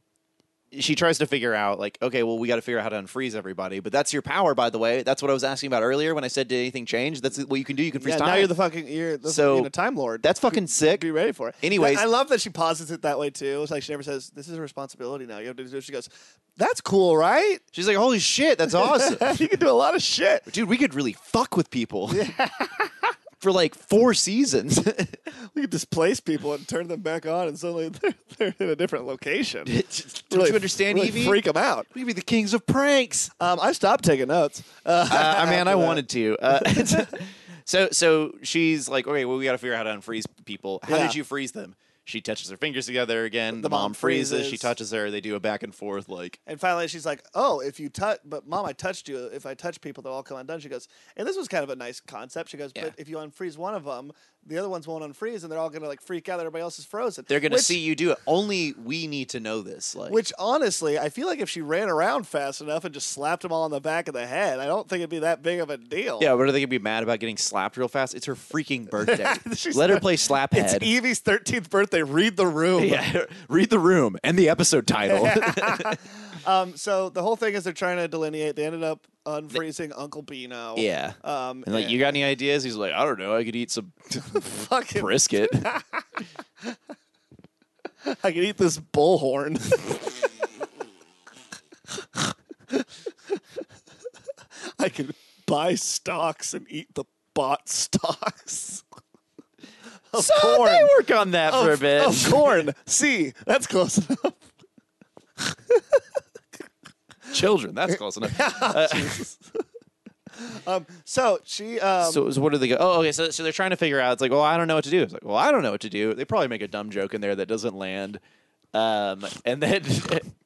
she tries to figure out like okay well we got to figure out how to unfreeze everybody but that's your power by the way that's what i was asking about earlier when i said did anything change that's what you can do you can freeze
Yeah,
time
now you're the fucking you're the
So-
you know, time lord.
that's fucking sick
be ready for it.
Anyways-
I love that she pauses it that way too. It's like she never says, "This is a responsibility now. You have to do." it." She goes, "That's cool, right?
she's like holy shit that's awesome
you can do a lot of shit."
dude we could really fuck with people for like four seasons
We can displace people and turn them back on, and suddenly they're, they're in a different location.
don't
Really-
you understand
really
evie
Freak them out.
we could be the kings of pranks
Um, I stopped taking notes. Uh,
uh, man, I
after that.
wanted to. Uh, so, so she's like, okay, well, we got to figure out how to unfreeze people. How
Yeah.
did you freeze them? She touches her fingers together again. The,
mom
mom, freezes. She
freezes.
touches her. They do a back and forth. Like,
And finally, she's like, "Oh, if you touch, but mom, I touched you. If I touch people, they'll all come undone." She goes, and this was kind of a nice concept. She goes,
Yeah.
"But if you unfreeze one of them, the other ones won't unfreeze, and they're all gonna like freak out. Everybody else is frozen.
they're gonna
Which-
see you do it. Only we need to know this. Like,
Which honestly, I feel like if she ran around fast enough and just slapped them all on the back of the head, I don't think it'd be that big of a deal.
yeah, what are they gonna be mad about getting slapped real fast? It's her freaking birthday.
She's
Let her
not-
play slap
It's
head.
Evie's 13th birthday. Read the room.
yeah, read the room and the episode title.
Um, so the whole thing is they're trying to delineate. They ended up unfreezing Uncle Beano.
yeah.
Um,
and like, you got any ideas? He's like, I don't know. I could eat some
fucking,
brisket.
I can eat this bullhorn. I can buy stocks and eat the bot stocks. Of
so
corn.
they work on that for a
of,
bit.
of corn. See, that's close enough.
children. That's close enough. Uh,
Um, so she. Um,
so, so what do they go? Oh, okay. So, so they're trying to figure out. It's like, well, I don't know what to do. It's like, well, I don't know what to do. They probably make a dumb joke in there that doesn't land. Um, and then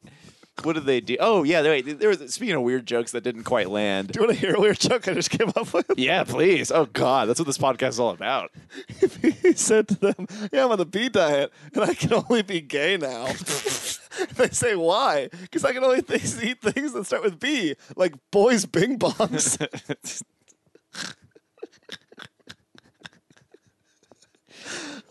what do they do? Oh, yeah. Wait, there was speaking of weird jokes that didn't quite land.
do you want to hear a weird joke I just came up with?
Yeah, please. Oh God, that's what this podcast is all about.
he said to them, "Yeah, I'm on the bee diet, and I can only be gay now." they say, "Why?" Because I can only th- eat things that start with B, like boys' bing bongs.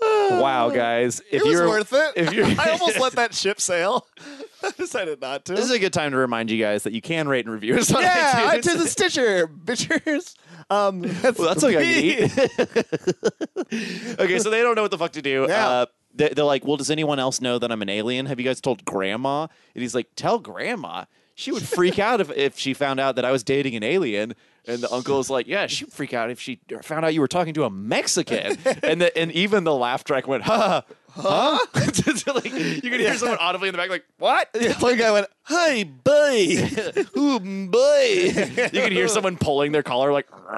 wow, guys. If
Oh, it was
you're
worth it.
if you're-
I almost let that ship sail. I decided not to.
This is a good time to remind you guys that you can rate and review us on
yeah,
iTunes.
iTunes and Stitcher, bitches. Um, that's,
Well, that's okay. I
B.
eat. okay, so they don't know what the fuck to do.
Yeah.
Uh, they- they're like, well, does anyone else know that I'm an alien? Have you guys told grandma? And he's like, tell grandma. She would freak out if, if she found out that I was dating an alien. And the uncle is like, yeah, she'd freak out if she found out you were talking to a Mexican. and the, and even the laugh track went, huh, huh? So, like, you could hear someone audibly in the back like, what?
One guy went, "Hey, boy."
Ooh, boy. you could hear someone pulling their collar like,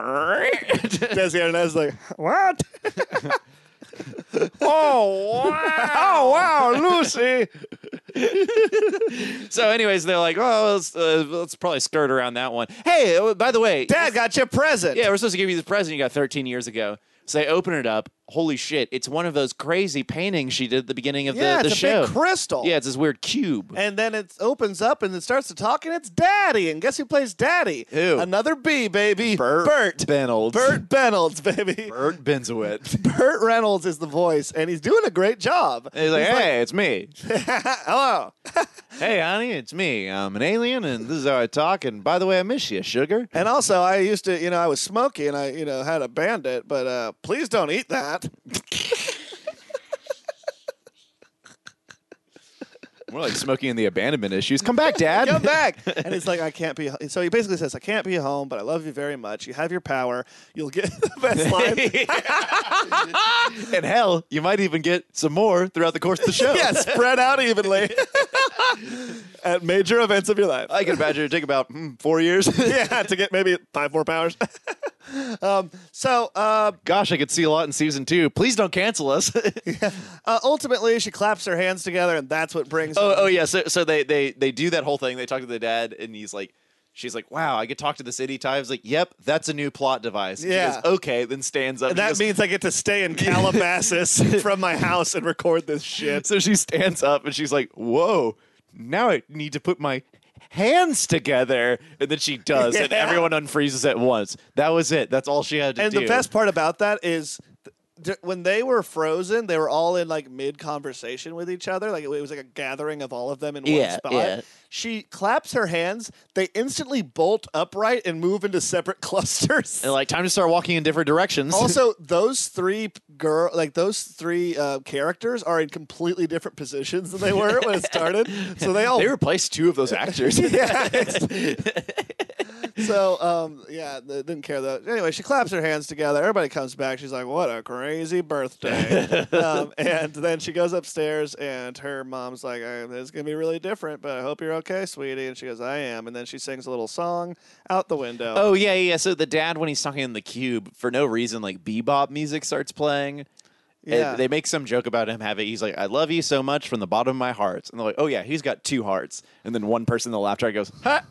Desi Arnaz like, "What?"
oh, wow.
oh wow, Lucy.
So, anyways, they're like, oh, let's, uh, let's probably skirt around that one. Hey, oh, by the way,
Dad got you a present.
yeah, we're supposed to give you this present you got 13 years ago. So they open it up. holy shit, it's one of those crazy paintings she did at the beginning of
yeah,
the, the
it's a
show.
big crystal.
yeah, it's this weird cube.
And then it opens up and it starts to talk, and it's Daddy. And guess who plays Daddy?
Who?
Another B, baby.
Bert
Bert.
Reynolds.
Bert Reynolds, baby.
Bert Benzowit.
Burt Reynolds is the voice, and he's doing a great job.
He's like, hey, it's me.
Hello.
Hey, honey, it's me. I'm an alien, and this is how I talk. And by the way, I miss you, sugar.
And also, I used to, you know, I was smoky and I, you know, had a bandit, but uh, please don't eat that.
More like smoking and the abandonment issues. Come back, Dad.
Come back. and it's like, I can't be. So he basically says, I can't be home, but I love you very much. You have your power. You'll get the best line.
and hell, you might even get some more throughout the course of the show.
yeah, spread out evenly at major events of your life.
I can imagine it take about hmm, four years.
yeah, to get maybe five more powers. um, so uh,
Gosh, I could see a lot in season two. Please don't cancel us.
uh, ultimately, she claps her hands together, and that's what brings.
oh, oh yeah. So, so they they they do that whole thing. They talk to the dad, and he's like, she's like, "Wow, I could talk to the city times." Like, yep, that's a new plot device. And she
Yeah.
goes, okay, then stands up.
And
She
that
goes-
means I get to stay in Calabasas from my house and record this shit.
So she stands up and she's like, "Whoa, now I need to put my hands together." And then she does, and
Yeah.
everyone unfreezes at once. That was it. That's all she had to
And
do.
the best part about that is th- d- when they were frozen, they were all in like mid conversation with each other. Like it was like a gathering of all of them in one
Yeah,
spot.
yeah.
She claps her hands. They instantly bolt upright and move into separate clusters.
And like, time to start walking in different directions.
also, those three p- girl, like those three uh, characters, are in completely different positions than they were when it started. So they all
they replaced two of those actors.
Oh. yeah. it's- so um, yeah, they didn't care though. Anyway, she claps her hands together. Everybody comes back. She's like, "What a crazy birthday!" um, and then she goes upstairs, and her mom's like, "Uh, "This is gonna be really different, but I hope you're okay, sweetie." And she goes, "I am." And then she sings a little song out the window.
Oh yeah, yeah. So the dad, when he's talking in the cube, for no reason, like bebop music starts playing. And
Yeah.
they make some joke about him having. He's like, "I love you so much from the bottom of my heart," and they're like, "Oh yeah, he's got two hearts." And then one person in the laugh track goes, "Ha!"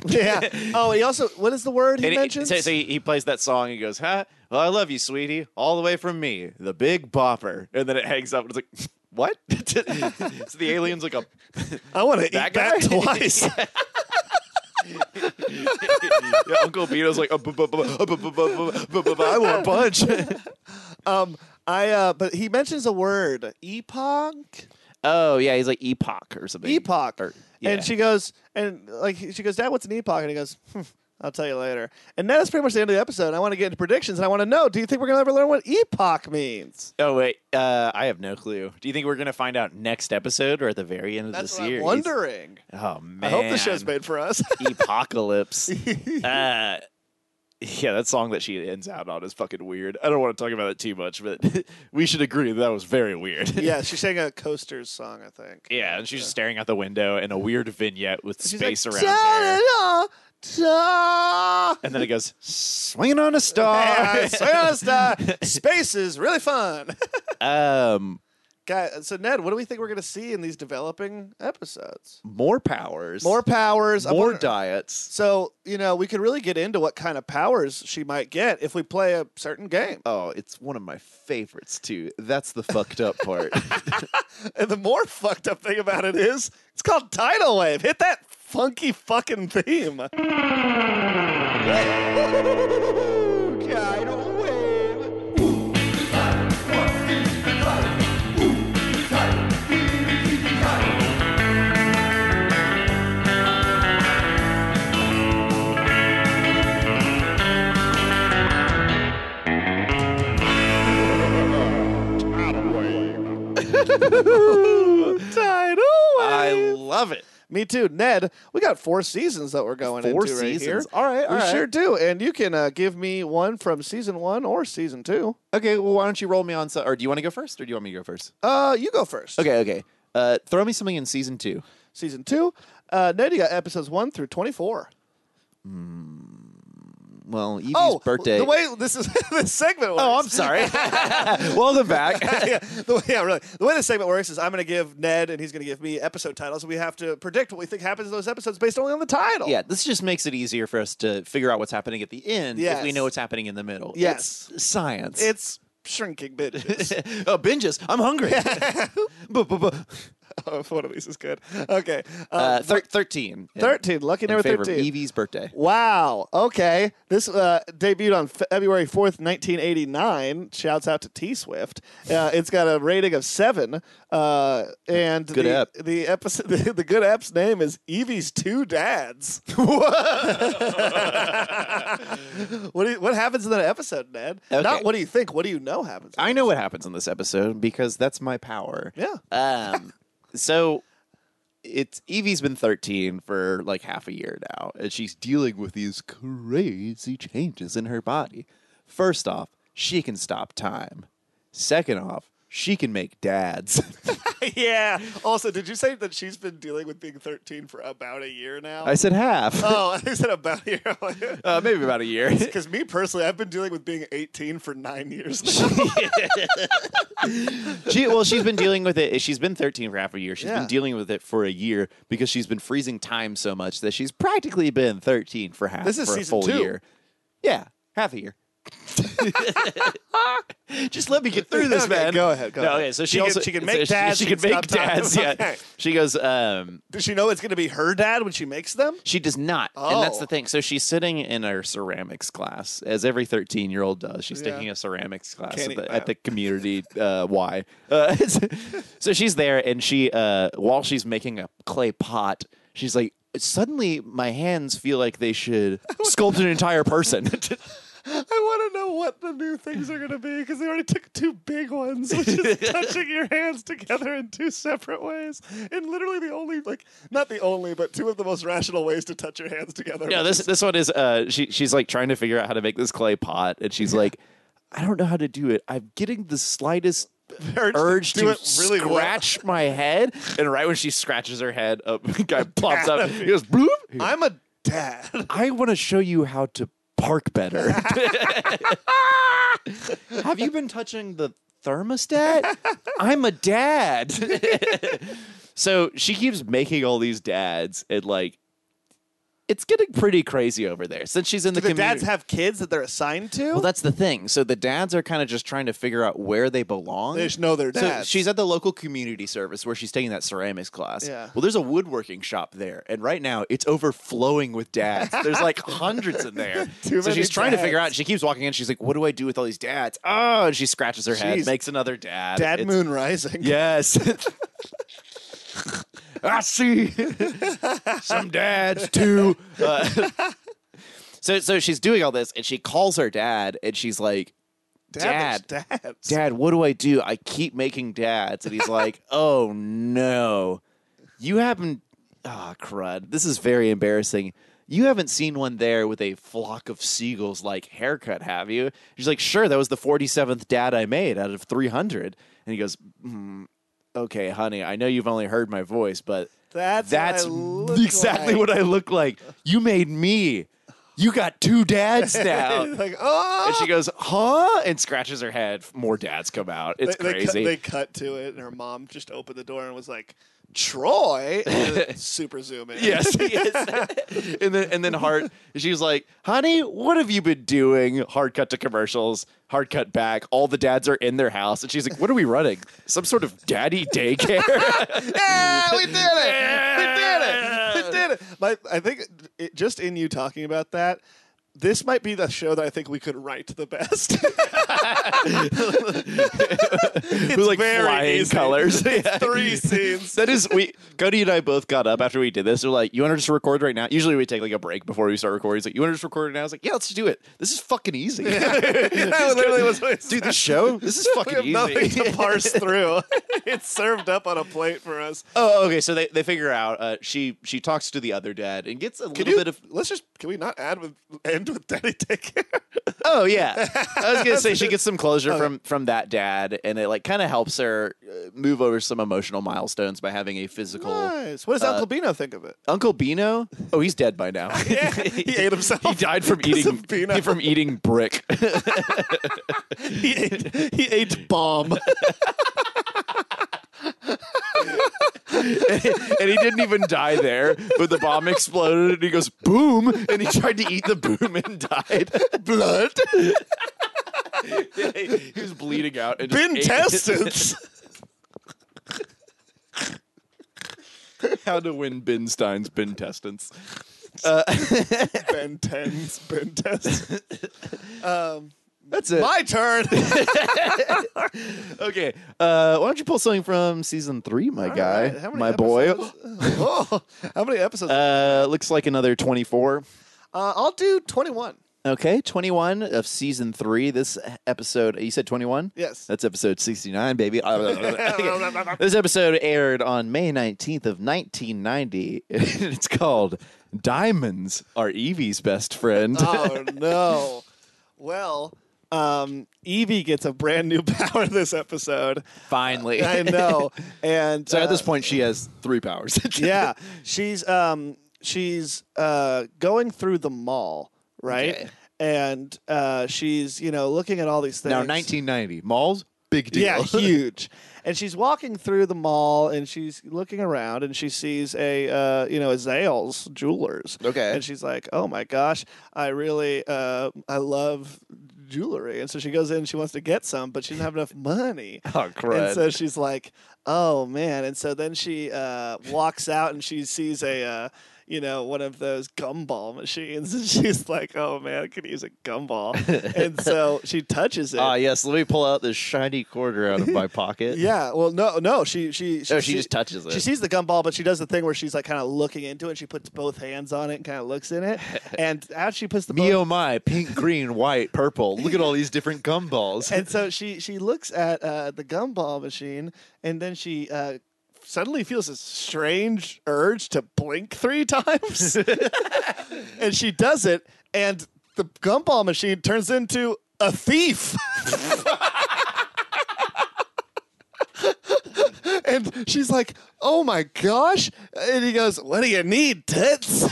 yeah. Oh, he also what is the word he
And he-
mentions?
so, so he, he plays that song and goes, "Ha! Well, I love you, sweetie, all the way from me, the big bopper." And then it hangs up, and it's like, "What?" so the alien's like, a,
I want to eat
That
that
guy?
twice.
yeah, "Uncle Vito's like, "Uh, bu- bu- bu- uh, bu- bu- bu- bu- bu- bu- "I want a bunch."
um, I uh, but he mentions a word, epoch.
Oh yeah, he's like epoch or something.
epoch.
Or- yeah.
And she goes, and like she goes, Dad, what's an epoch? And he goes, hmm, I'll tell you later. And that's pretty much the end of the episode. I want to get into predictions, and I want to know, do you think we're gonna ever learn what epoch means?
Oh wait, uh, I have no clue. Do you think we're gonna find out next episode or at the very end of
That's
the
what I'm
series?
wondering.
Oh man,
I hope the show's made for us.
apocalypse. uh, yeah, that song that she ends out on is fucking weird. I don't want to talk about it too much, but we should agree that that was very weird.
yeah, she's sang a coasters song, I think.
Yeah, and she's just staring out the window in a weird vignette with
She's
space
like,
around her.
"Da-da-da, da." Oh,
And then it goes, swinging on a star.
Yeah, so honest, uh, Space is really fun.
um,
Guy, so Ned, what do we think we're gonna see in these developing episodes?
more powers.
More powers. I
more
wonder-
diets.
So, you know, we could really get into what kind of powers she might get if we play a certain game.
Oh, it's one of my favorites too. That's the fucked up part.
And the more fucked up thing about it is, it's called Tidal Wave. Hit that funky fucking theme.
Tidal wave.
Tidal
I love it.
Me too. Ned, we got four seasons that we're going
Four
into right here.
seasons. All right, all
we
right.
sure do. And you can uh, give me one from season one or season two.
Okay, well, why don't you roll me on? So, or do you want to go first, or do you want me to go first?
Uh, you go first.
Okay, okay. Uh, throw me something in season two.
Season two. Uh, Ned, you got episodes one through 24.
Well, Evie's
oh,
birthday.
The way this is this segment works.
oh, I'm sorry. Welcome back.
yeah, the way, yeah, really. The way this segment works is I'm going to give Ned and he's going to give me episode titles, and we have to predict what we think happens in those episodes based only on the title.
yeah, this just makes it easier for us to figure out what's happening at the end if we
Yes.
know what's happening in the middle.
Yes.
It's science.
it's shrinking bitches.
oh, binges. I'm hungry. Bu- bu- bu-
oh, if one of these is good. Okay.
Uh,
Uh,
thir- 13. in-
13, lucky
in
number
favor of
13.
Evie's birthday.
Wow. Okay. This uh, debuted on February 4th, 1989. Shouts out to T Swift. Uh, it's got a rating of seven. Uh, and
Good
the,
app.
the episode, the, good app's name is Evie's Two Dads. what, do you, what happens in that episode, Ned?
Okay.
Not what do you think, what do you know happens?
I know what happens in this episode because that's my power.
Yeah.
Um, so it's Evie's been 13 for like half a year now, and she's dealing with these crazy changes in her body. First off, she can stop time. Second off, she can make dads.
yeah. Also, did you say that she's been dealing with being 13 for about a year now?
I said half.
oh, I said about a year.
Uh, maybe about a year.
Because me personally, I've been dealing with being 18 for nine years.
she well, she's been dealing with it. She's been 13 for half a year. She's
Yeah.
been dealing with it for a year because she's been freezing time so much that she's practically been 13 for half.
This is
for a
season
full
two.
year. Yeah, half a year. Just let me get through this,
Okay,
man.
go ahead, go
no,
ahead.
Okay, so she,
She can-
also
she can
so
make dads
She,
and
can make
stop time.
dads. Yeah.
Okay.
She goes. Um,
Does she know it's going to be her dad when she makes them?
she does not, and that's
Oh.
the thing. So she's sitting in her ceramics class, as every thirteen-year-old does. She's
Yeah.
taking a ceramics class
Can't
at
eat
the,
that.
at the community uh, Y. Uh, so she's there, and she, uh, while she's making a clay pot, she's like, suddenly my hands feel like they should sculpt an entire person.
I want to know what the new things are going to be because they already took two big ones, which is touching your hands together in two separate ways. And literally the only, like, not the only, but two of the most rational ways to touch your hands together.
No, this this one is uh she she's like trying to figure out how to make this clay pot and she's like I don't know how to do it. I'm getting the slightest
Urge
urge,
to
to,
do it really well."
scratch my head and right when she scratches her head up guy plops up. He goes bloop. He goes,
I'm a dad.
I want to show you how to park better. Have you been touching the thermostat? I'm a dad. so she keeps making all these dads and like it's getting pretty crazy over there since she's in the
Do the
community.
dads have kids that they're assigned to?
well, that's the thing. So the dads are kind of just trying to figure out where they belong.
They just know they're dads.
So she's at the local community service where she's taking that ceramics class.
Yeah.
Well, there's a woodworking shop there, and right now it's overflowing with dads. There's like hundreds in there.
Too
so
many
she's trying to figure
dads.
out. She keeps walking in. She's like, "What do I do with all these dads?" Oh, and she scratches her head,
Jeez.
makes another dad.
dad
It's-
moon rising.
Yes. I see some dads too. Uh, so so she's doing all this, and she calls her dad, and she's like,
Dad. Dads.
Dad, what do I do? I keep making dads. And he's like, Oh no. You haven't ah crud. This is very embarrassing. You haven't seen one there with a flock of seagulls like haircut, have you? She's like, Sure, that was the 47th dad I made out of 300. And he goes, mm, Okay, honey, I know you've only heard my voice, but
That's, what I
that's
look
exactly
like.
what I look like. You made me. You got two dads now.
like, oh.
And she goes, huh? And scratches her head. More dads come out. It's
they,
crazy.
They cut, they cut to it, and her mom just opened the door and was like, "Troy," and then super zoom in.
yes, yes. and then and then Hart, she was like, honey, what have you been doing? Hard cut to commercials, hard cut back. All the dads are in their house. And she's like, what are we running? Some sort of daddy daycare?
yeah, we did it. We did it. We did it. My, I think it, just in you talking about that. This might be the show that I think we could write the best.
With like
very
flying
easy.
colors. Yeah.
Three scenes.
That is, we Cody and I both got up after we did this. We're like, "You want to just record right now?" Usually, we take like a break before we start recording. He's like, "You want to just record right now?" I was like, "Yeah, let's do it. This is fucking easy."
That literally was what it
Dude, this show, this is
we
fucking
have nothing
easy.
to parse through. it's served up on a plate for us.
oh, okay. So they, they figure out uh, she she talks to the other dad and gets a
Can
little
you,
bit of
let's just can we not add with end with Daddy Take Care?
oh yeah. I was gonna say she gets some closure
Oh.
from from that dad and it like kind of helps her uh, move over some emotional milestones by having a physical
Nice. What does
Uh,
Uncle Bino think of it?
Uncle Bino. Oh, he's dead by now.
Yeah, he ate himself.
He died from
'Cause
eating
of Bino.
from eating brick.
he ate, he ate bomb.
and he didn't even die there, but the bomb exploded and he goes boom and he tried to eat the boom and died. Blood. he was bleeding out. And just
Been
ate-
Intestines.
How to win Ben Stein's Ben Testance.
ben tens. Ben tens. Um,
That's it.
my turn.
Okay. Uh, why don't you pull something from season three, my guy,
Alright, how many
my boy?
episodes? Oh, how many episodes? Uh,
Uh, looks like another 24.
I'll do 21.
Okay, 21 of season three. This episode, you said 21?
Yes.
That's episode 69, baby. Okay. this episode aired on May 19th of 1990. it's called Diamonds Are Evie's Best Friend.
Oh no. Well, um, Evie gets a brand new power this episode.
Finally.
I know. And
So
uh,
at this point, she has three powers.
yeah, she's um she's uh going through the mall, right?
Okay.
And uh she's, you know, looking at all these things.
Now, 1990. Malls, big deal.
Yeah, huge. And she's walking through the mall and she's looking around and she sees a uh, you know, a Zales jewelers.
Okay.
And she's like, "Oh my gosh, I really uh I love jewelry." And so she goes in and she wants to get some, but she doesn't have enough money.
Oh, crud.
And so she's like, "Oh man!" And so then she uh, walks out and she sees a, uh, you know, one of those gumball machines, and she's like, "Oh man, I could use a gumball." and so she touches it.
Ah, yes. Let me pull out this shiny quarter out of my pocket.
yeah. Well, no, no. She she she,
Oh, she just touches it.
She sees the gumball, but she does the thing where she's like kind of looking into it. And she puts both hands on it and kind of looks in it. And as she puts the
Me
both-
oh my, pink, green, white, purple. Look at all these different gumballs.
and so she she looks at uh, the gumball machine, and then she uh, suddenly feels a strange urge to blink three times, and she does it, and the gumball machine turns into a thief. And she's like, "Oh my gosh!" And he goes, "What do you need, tits?"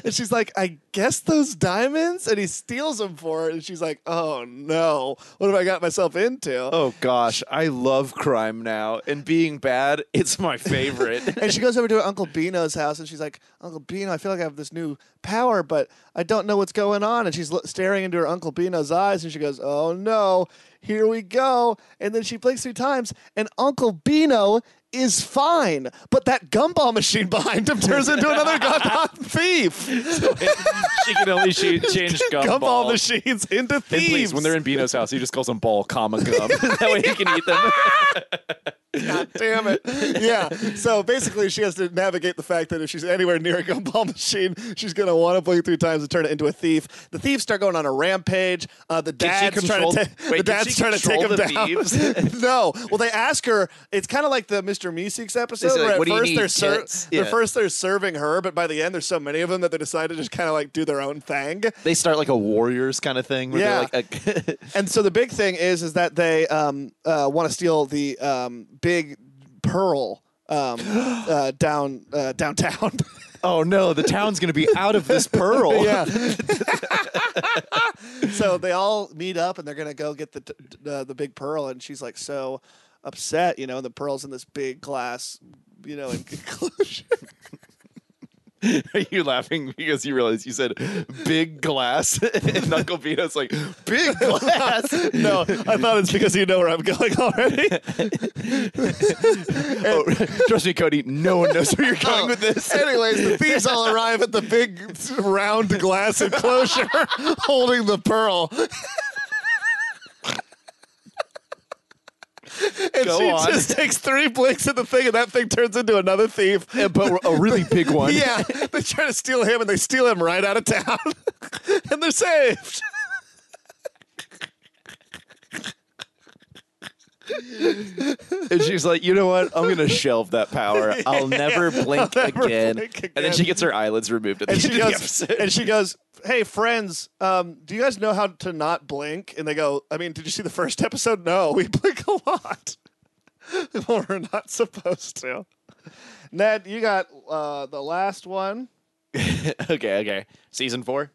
and she's like, "I guess those diamonds." And he steals them for her. And she's like, "Oh no, what have I got myself into?"
Oh gosh, I love crime now, and being bad, it's my favorite.
And she goes over to her Uncle Bino's house, and she's like, "Uncle Bino, I feel like I have this new power, but I don't know what's going on." And she's lo- staring into her Uncle Bino's eyes, and she goes, "Oh no, here we go!" And then she blinks three times, and Uncle Bino is fine, but that gumball machine behind him turns into another goddamn thief.
she can only she change
Gumball,
gumball.
machines into
And
thieves.
please, when they're in Bino's house, he just calls them ball, comma gum. that way he can eat them.
God damn it. Yeah. So basically, she has to navigate the fact that if she's anywhere near a gumball machine, she's going to want to blink three times and turn it into a thief. The thieves start going on a rampage. Uh, the
she
dad's trying
control-
to, ta-
wait,
the
did she
dad's trying to take
control
them
the
down. no. Well, they ask her. It's kind of like the Mr. Meeseeks episode
It's like,
where at
"What do you
first
need,
they're ser-
tits?"
they're
Yeah.
first they're serving her, but by the end there's so many of them that they decide to just kind of like do their own thing.
they start like a warriors kind of thing. Where
Yeah.
they're like a,
And so the big thing is is that they um, uh, want to steal the um, big pearl um, uh, down uh, downtown.
oh no, the town's gonna be out of this pearl.
yeah. so they all meet up and they're gonna go get the t- t- uh, the big pearl, and she's like so upset, you know. And the pearl's in this big glass, you know, enclosure.
Are you laughing because you realize you said big glass and Uncle Vito's like big glass?
no, I thought it's because you know where I'm going already.
Oh, trust me, Cody. No one knows where you're going with this.
Oh. Anyways, the thieves all arrive at the big round glass enclosure holding the pearl. And
Go
she
on.
just takes three blinks at the thing, and that thing turns into another thief.
But a really big one.
yeah, they try to steal him, and they steal him right out of town, and they're saved.
And she's like, you know what? I'm gonna shelve that power. I'll never blink again.
blink
And
again.
then she gets her eyelids removed at the
And
end
she
of the
goes,
episode.
and she goes, "Hey friends, um, do you guys know how to not blink?" And they go, "I mean, did you see the first episode? No, we blink a lot. We're not supposed to." Ned, you got uh, the last one.
okay, okay. Season four.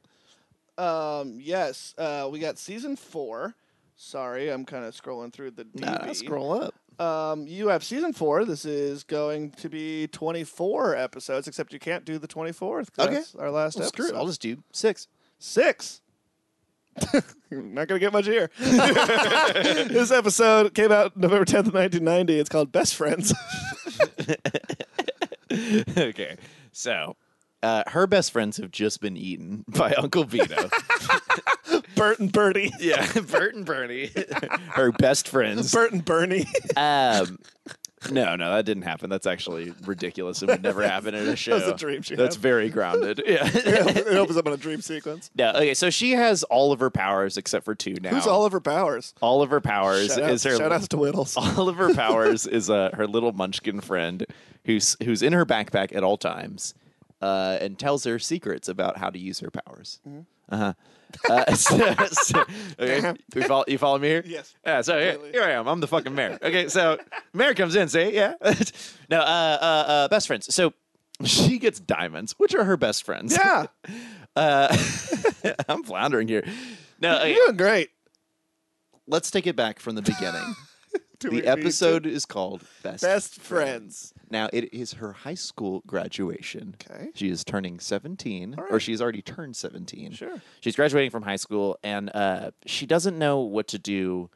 Um, yes, uh, we got season four. Sorry, I'm kind of scrolling through the DB.
up.
Um, you have season four. This is going to be 24 episodes, except you can't do the 24th. 'cause
Okay.
that's our last
Well,
episode.
screw it. I'll just do six.
Six. Not going to get much here. this episode came out November 10th, 1990. It's called Best Friends.
okay. So, uh, her best friends have just been eaten by Uncle Vito.
Bert and Bertie.
yeah, Bert and Bernie, her best friends.
Bert and Bernie.
Um, no, no, that didn't happen. That's actually ridiculous. It would never happen in a show.
a dream she
That's
had.
very grounded. Yeah.
it opens up on a dream sequence.
no. Okay. So she has all of her powers except for two now.
Who's Oliver Powers?
All of her powers
Shout, out,
is Oh, her
shout outs to Whittles.
Oliver Powers is uh, her little munchkin friend who's who's in her backpack at all times uh, and tells her secrets about how to use her powers.
Mm-hmm.
Uh-huh. Uh, so- so- okay, you, follow, you follow me here?
Yes.
Yeah, so here,
Completely.
here I am. I'm the fucking mayor. Okay, so mayor comes in, see? Yeah. no, uh, uh, uh, best friends. So she gets diamonds, which are her best friends.
Yeah,
Uh, I'm floundering here. No, okay,
you're doing great.
let's take it back from the beginning.
Do
the
we need
episode is called Best,
to- Best Friends.
Now it is her high school graduation.
Okay.
She is turning 17 or
right.
she's already turned 17.
Sure.
She's graduating from high school and uh, she doesn't know what to do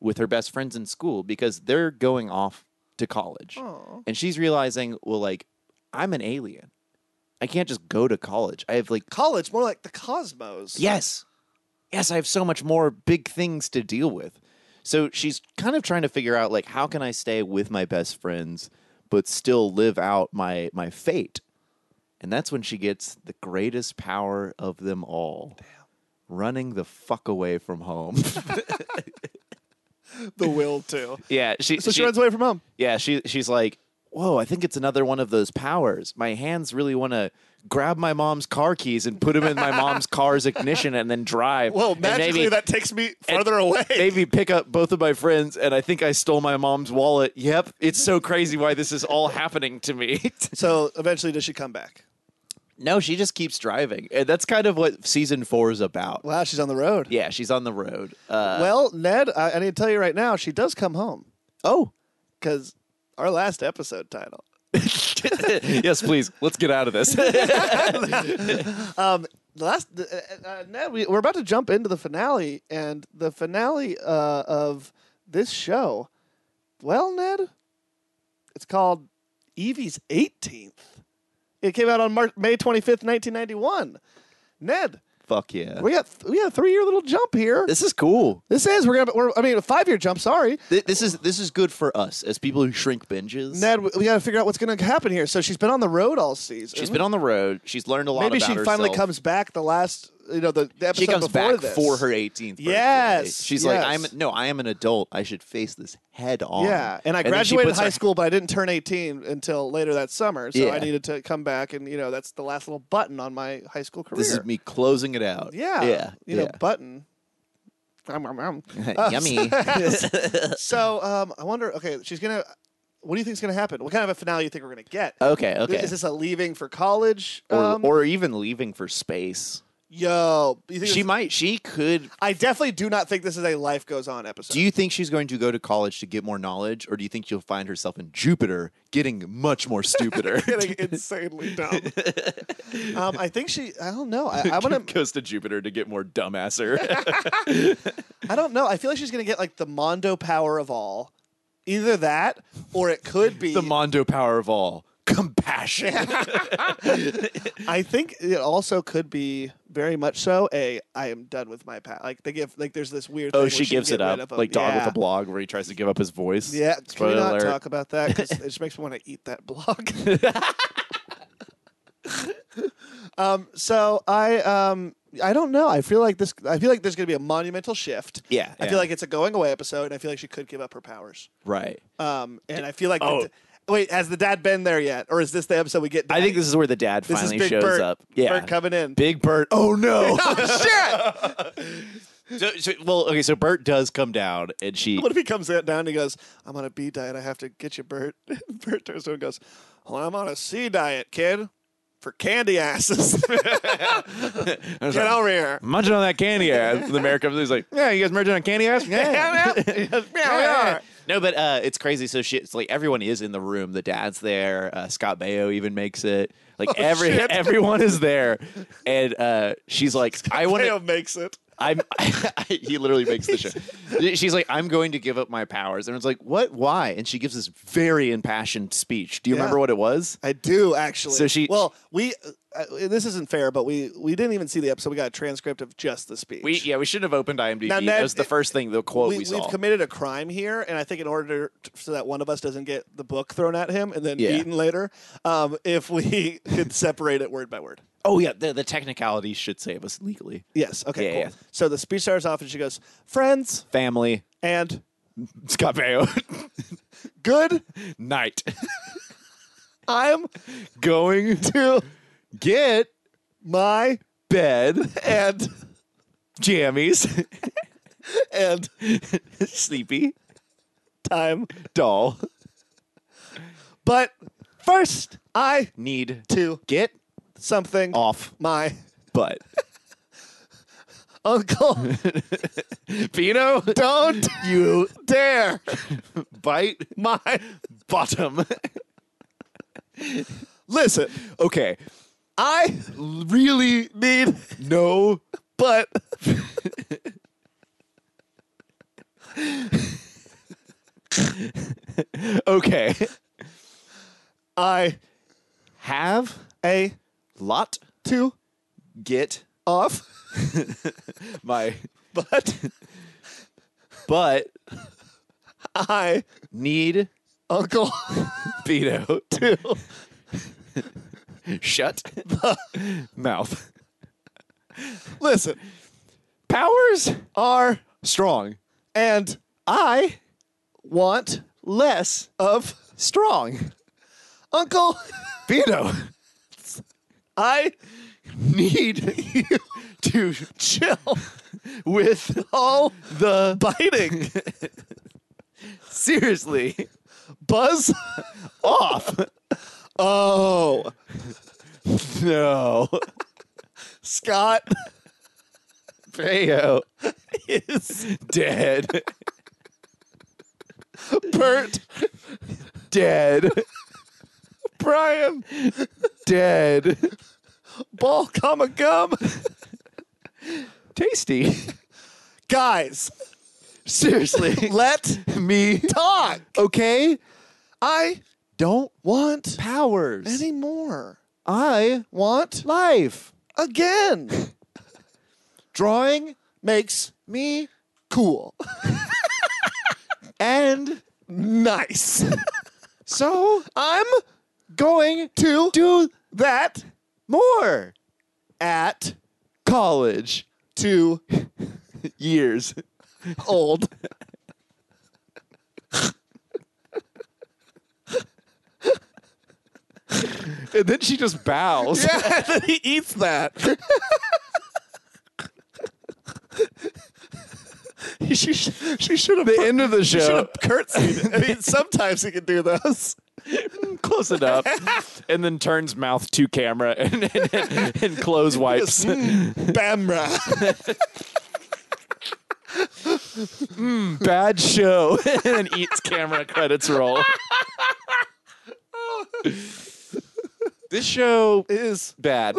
with her best friends in school because they're going off to college.
Aw.
And she's realizing, well like I'm an alien. I can't just go to college. I have like
College, more like the cosmos.
Yes. Yes, I have so much more big things to deal with. So she's kind of trying to figure out like how can I stay with my best friends but still live out my my fate. And that's when she gets the greatest power of them all. Running the fuck away from home.
the will to.
yeah,
So she, runs away from home.
yeah, she she's like, "Whoa, I think it's another one of those powers. My hands really want to grab my mom's car keys and put them in my mom's car's ignition and then drive."
Well,
And maybe-
magically that takes me
and
farther away.
Maybe pick up both of my friends, and I think I stole my mom's wallet. Yep, it's so crazy why this is all happening to me.
So eventually, does she come back?
no, she just keeps driving, and that's kind of what season four is about.
Wow, she's on the road.
Yeah, she's on the road. Uh,
Well, Ned, I, I need to tell you right now, she does come home
oh,
because our last episode title.
yes, please, let's get out of this.
Um, the last the, uh, uh, Ned, we, we're about to jump into the finale, and the finale uh, of this show. Well, Ned, it's called Evie's 18th. It came out on March, May 25th, 1991. Ned,
Fuck yeah,
we got we got a three year little jump here.
this is cool.
This is we're gonna we're, I mean a five year jump. Sorry,
Th- This is this is good for us as people who shrink binges.
Ned. We, we got to figure out what's gonna happen here. So she's been on the road all season.
she's been on the road. She's learned a lot.
Maybe
about
she finally
herself.
comes back. The last you know the, the episode
She comes
before
back
this.
for her 18th. birthday.
Yes,
she's
yes.
like, I'm no, I am an adult. I should face this head on.
Yeah, and I
then she
graduated
puts her-
high school, but I didn't turn 18 until later that summer. So I
Yeah.
needed to come back, and you know that's the last little button on my high school career.
This is me closing it out.
yeah,
yeah,
you know, button. Um, um, um.
yeah.
Uh,
Yummy.
so um, I wonder. Okay, she's gonna. What do you think's gonna happen? What kind of a finale you think we're gonna get?
okay, Oh, okay.
Is this a leaving for college?
or,
um,
or even leaving for space.
yo, you think
She
this-
might. She could.
I definitely do not think this is a life goes on episode.
Do you think she's going to go to college to get more knowledge, or do you think she'll find herself in Jupiter getting much more stupider?
getting insanely dumb? um, I think she. I don't know. I, I want to.
goes to Jupiter to get more dumbasser.
I don't know. I feel like she's gonna get like the Mondo power of all. Either that, or it could be.
the Mondo power of all compassion.
I think it also could be very much so a. I am done with my past. Like they give. Like there's this weird. thing
Oh,
where
she
can
gives
get
it
rid
up,
of 'em.
like Dog with
Yeah.
a blog, where he tries to give up his voice.
Yeah, can we
Spoiler
not
alert.
talk about that? 'Cause it just makes me want to eat that blog. um, so I um, I don't know. I feel like this. I feel like there's going to be a monumental shift.
Yeah,
I
yeah.
feel like it's a going away episode, and I feel like she could give up her powers.
Right.
Um, and I feel like. the
Oh.
d- wait, has the dad been there yet, or is this the episode we get?
I think
Daddy?
this is where the dad
This is
finally
Big
shows
Bert.
up. Yeah.
Bert coming in.
Big Bert. Oh no.
oh shit!
so, so- well, okay. So Bert does come down, and she.
What if he comes down and he goes, "I'm on a B diet. I have to get you, Bert." Bert turns to him and goes, "Well, I'm on a C diet, kid." For candy asses. Get over here.
Munching on that candy ass. The mayor comes in. He's like, "Yeah, you guys merging on candy ass." Yeah. No, but uh, it's crazy. So she, it's like everyone is in the room. The dad's there. Uh, Scott Baio even makes it. Like every
Oh, shit.
everyone is there, and uh, she's like, "I want
Mayo
to."
makes it.
I'm. he literally makes the show. She's like, I'm going to give up my powers, and it's like, what? Why? And she gives this very impassioned speech. Do you
Yeah.
remember what it was?
I do actually.
So she-
Well, we. Uh, uh, this isn't fair, but we we didn't even see the episode. We got a transcript of just the speech.
We yeah, we shouldn't have opened IMDb.
Now,
that
Ned,
was the
it-
first thing the quote we,
we,
saw.
have committed a crime here, and I think in order to, so that one of us doesn't get the book thrown at him and then
Yeah.
eaten later, um, if we could separate it word by word.
oh yeah, the, the technicalities should save us legally.
Yes. Okay.
Yeah,
cool.
yeah.
So the speech starts off, and she goes, "Friends
Family,
and
Scott Baio,
good.
night,
I'm
going to get
my
bed,
and
jammies,
and
sleepy,
time,
doll,
but first I
need to
to
get
something
off
my
butt.
uncle.
Pino,
Don't you dare
bite
my
bottom.
listen.
okay,
I really need
no,
but
okay,
I
have
a
lot
to
get
off
my
but
butt
I
need
uncle
Pino
to
shut the mouth.
listen
Powers
are
strong.
and
I
want
less
of
strong.
uncle
Pino
I
need you to
chill
with
all
the
biting
seriously
buzz
off.
oh
No,
Scott
Peo
is
dead,
Bert
dead,
Brian
dead.
ball comma gum
Tasty.
guys
Seriously,
let
me
talk
okay.
I
Don't
want
powers.
anymore
I
want
life
again
drawing
makes
me
cool
and
nice
so
i'm
going
to
do
that
more
at
college
two
years.
old
And then she just bows.
yeah and he eats that she, sh- she should have
The end of the
should
show.
have curtsied. I mean, sometimes he can do those.
Close it up, and then turns mouth to camera and and, and, and close wipes.
Bamra.
Bad show. and eats camera credits roll.
This show
is
bad.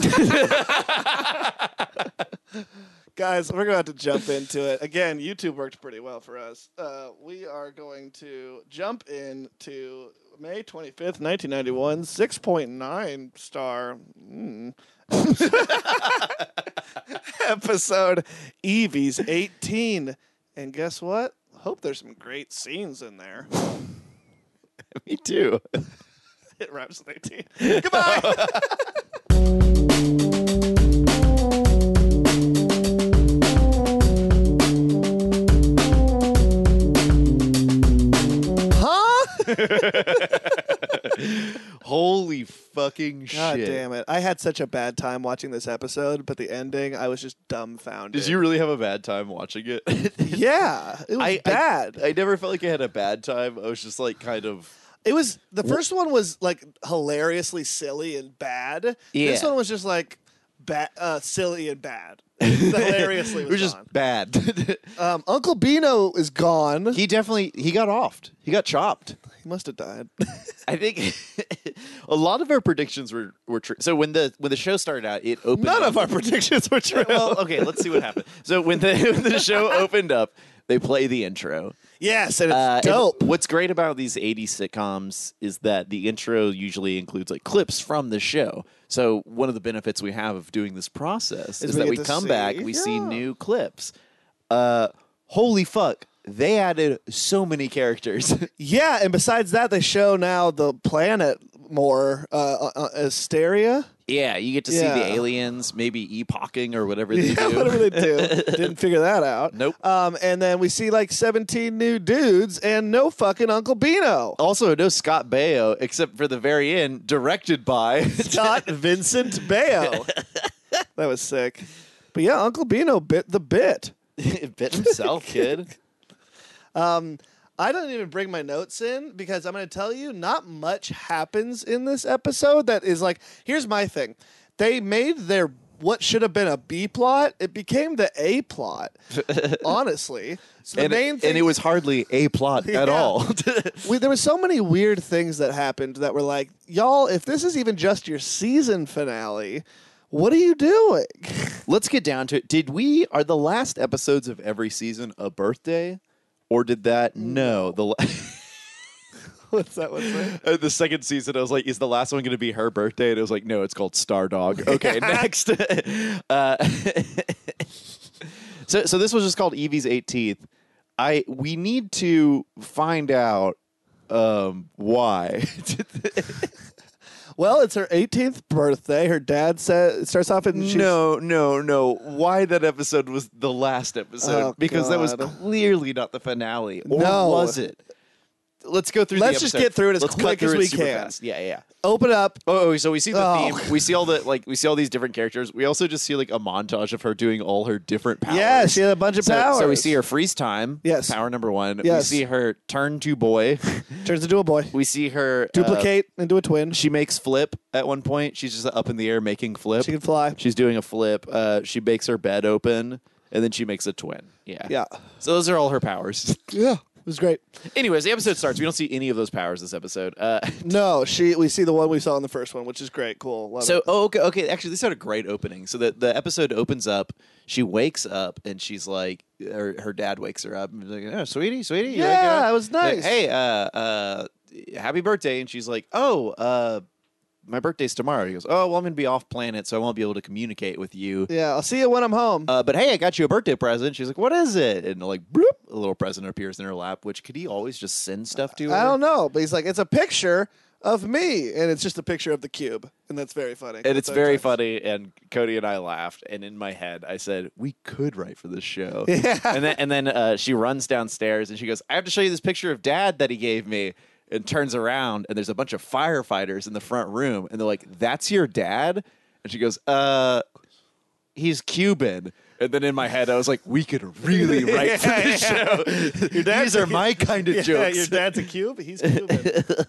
Guys, we're going to have to jump into it. Again, YouTube worked pretty well for us. Uh, we are going to jump into May 25th, 1991, 6.9 star mm, episode Evie's 18. And guess what? Hope there's some great scenes in there.
me too.
It rhymes with 18. Goodbye. huh?
Holy fucking
God
shit!
damn it. I had such a bad time watching this episode, but the ending, I was just dumbfounded.
Did you really have a bad time watching it?
Yeah, it was
I- I-
bad.
I never felt like I had a bad time. I was just like kind of.
It was the first one was like hilariously silly and bad. This
Yeah.
one was just like ba- uh, silly and bad. Hilariously,
It
was
was just
gone.
bad.
Um, Uncle Beano is gone. He,
he definitely he got offed. He got chopped.
must have died.
I think a lot of our predictions were were true. So when the when the show started out, it opened.
None
up-
of our predictions were true.
Well, okay, let's see what happened. So when the when the show opened up, they play the intro.
yes, and it's
Uh, and
dope.
what's great about these 80s sitcoms is that the intro usually includes like clips from the show. So one of the benefits we have of doing this process is,
we
that
get
we
to
come back,
see-
we see
Yeah.
new clips. Uh, holy fuck, they added so many characters.
yeah, and besides that, they show now the planet more uh, uh, uh, Asteria.
yeah, you get to see
Yeah.
the aliens, maybe epoching or whatever they
Yeah,
do.
whatever they do. Didn't figure that out.
Nope.
Um, and then we see like 17 new dudes and no fucking Uncle Beano.
also, no Scott Baio, except for the very end, directed by
Not Vincent Baio. that was sick. But yeah, Uncle Beano bit the bit.
bit himself, kid.
I don't even bring my notes in because I'm going to tell you not much happens in this episode that is like here's my thing. They made their what should have been a B plot, it became the A plot. honestly. So the
And,
main
it,
thing
and it was hardly a plot at
Yeah.
all.
we, there were so many weird things that happened that were like, y'all, if this is even just your season finale, what are you doing?
Let's get down to it. Did we are the last episodes of every season a birthday, or did that no the la-
What's that one say?
uh, the second season I was like is the last one going to be her birthday and it was like no it's called Star Dog. Okay, next. uh, so so this was just called Evie's 18th. I we need to find out um why
Well, it's her 18th birthday. Her dad says it starts off and she's
no no no why that episode was the last episode
Oh,
because that was
God.
clearly not the finale or
No.
was it let's go through the
Let's just
episode.
get through it as
Let's cut
quick
through
as
it
we
super
can.
fast. yeah yeah yeah
open up.
oh so we see the
Oh.
theme we see all the like we see all these different characters we also just see like a montage of her doing all her different powers
Yeah, she had a bunch of
so,
powers.
so we see her freeze time
Yes.
power number one
Yes.
we see her turn to boy
turns into a boy,
we see her uh,
duplicate into a twin.
she makes flip at one point. She's just up in the air making flip.
She can fly.
She's doing a flip. Uh, she makes her bed open, and then she makes a twin. Yeah.
Yeah.
So those are all her powers.
yeah, it was great.
Anyways, the episode starts. We don't see any of those powers this episode. Uh,
No, she. We see the one we saw in the first one, which is great. Cool. Love
so
it.
oh okay okay actually this had a great opening. So the the episode opens up. She wakes up and she's like, her, her dad wakes her up and is like, oh sweetie sweetie you
Yeah,
like, uh,
it was
like,
nice.
hey uh uh happy birthday and she's like oh uh. My birthday's tomorrow. He goes, Oh, well, I'm going to be off planet, so I won't be able to communicate with you.
yeah, I'll see you when I'm home.
uh, but hey, I got you a birthday present. She's like, what is it? And like, bloop, a little present appears in her lap, which could he always just send stuff to her?
I don't know, but he's like, it's a picture of me, and it's just a picture of the cube, and that's very funny.
And it's
That's
very
okay.
funny. And Cody and I laughed. And in my head, I said, we could write for this show. And then, and then uh, she runs downstairs and she goes, I have to show you this picture of dad that he gave me. And turns around and there's a bunch of firefighters in the front room. And they're like, that's your dad? And she goes, uh, he's Cuban. And then in my head, I was like, we could really write for this show. These are my kind of
Yeah,
jokes.
your dad's a cube. He's Cuban.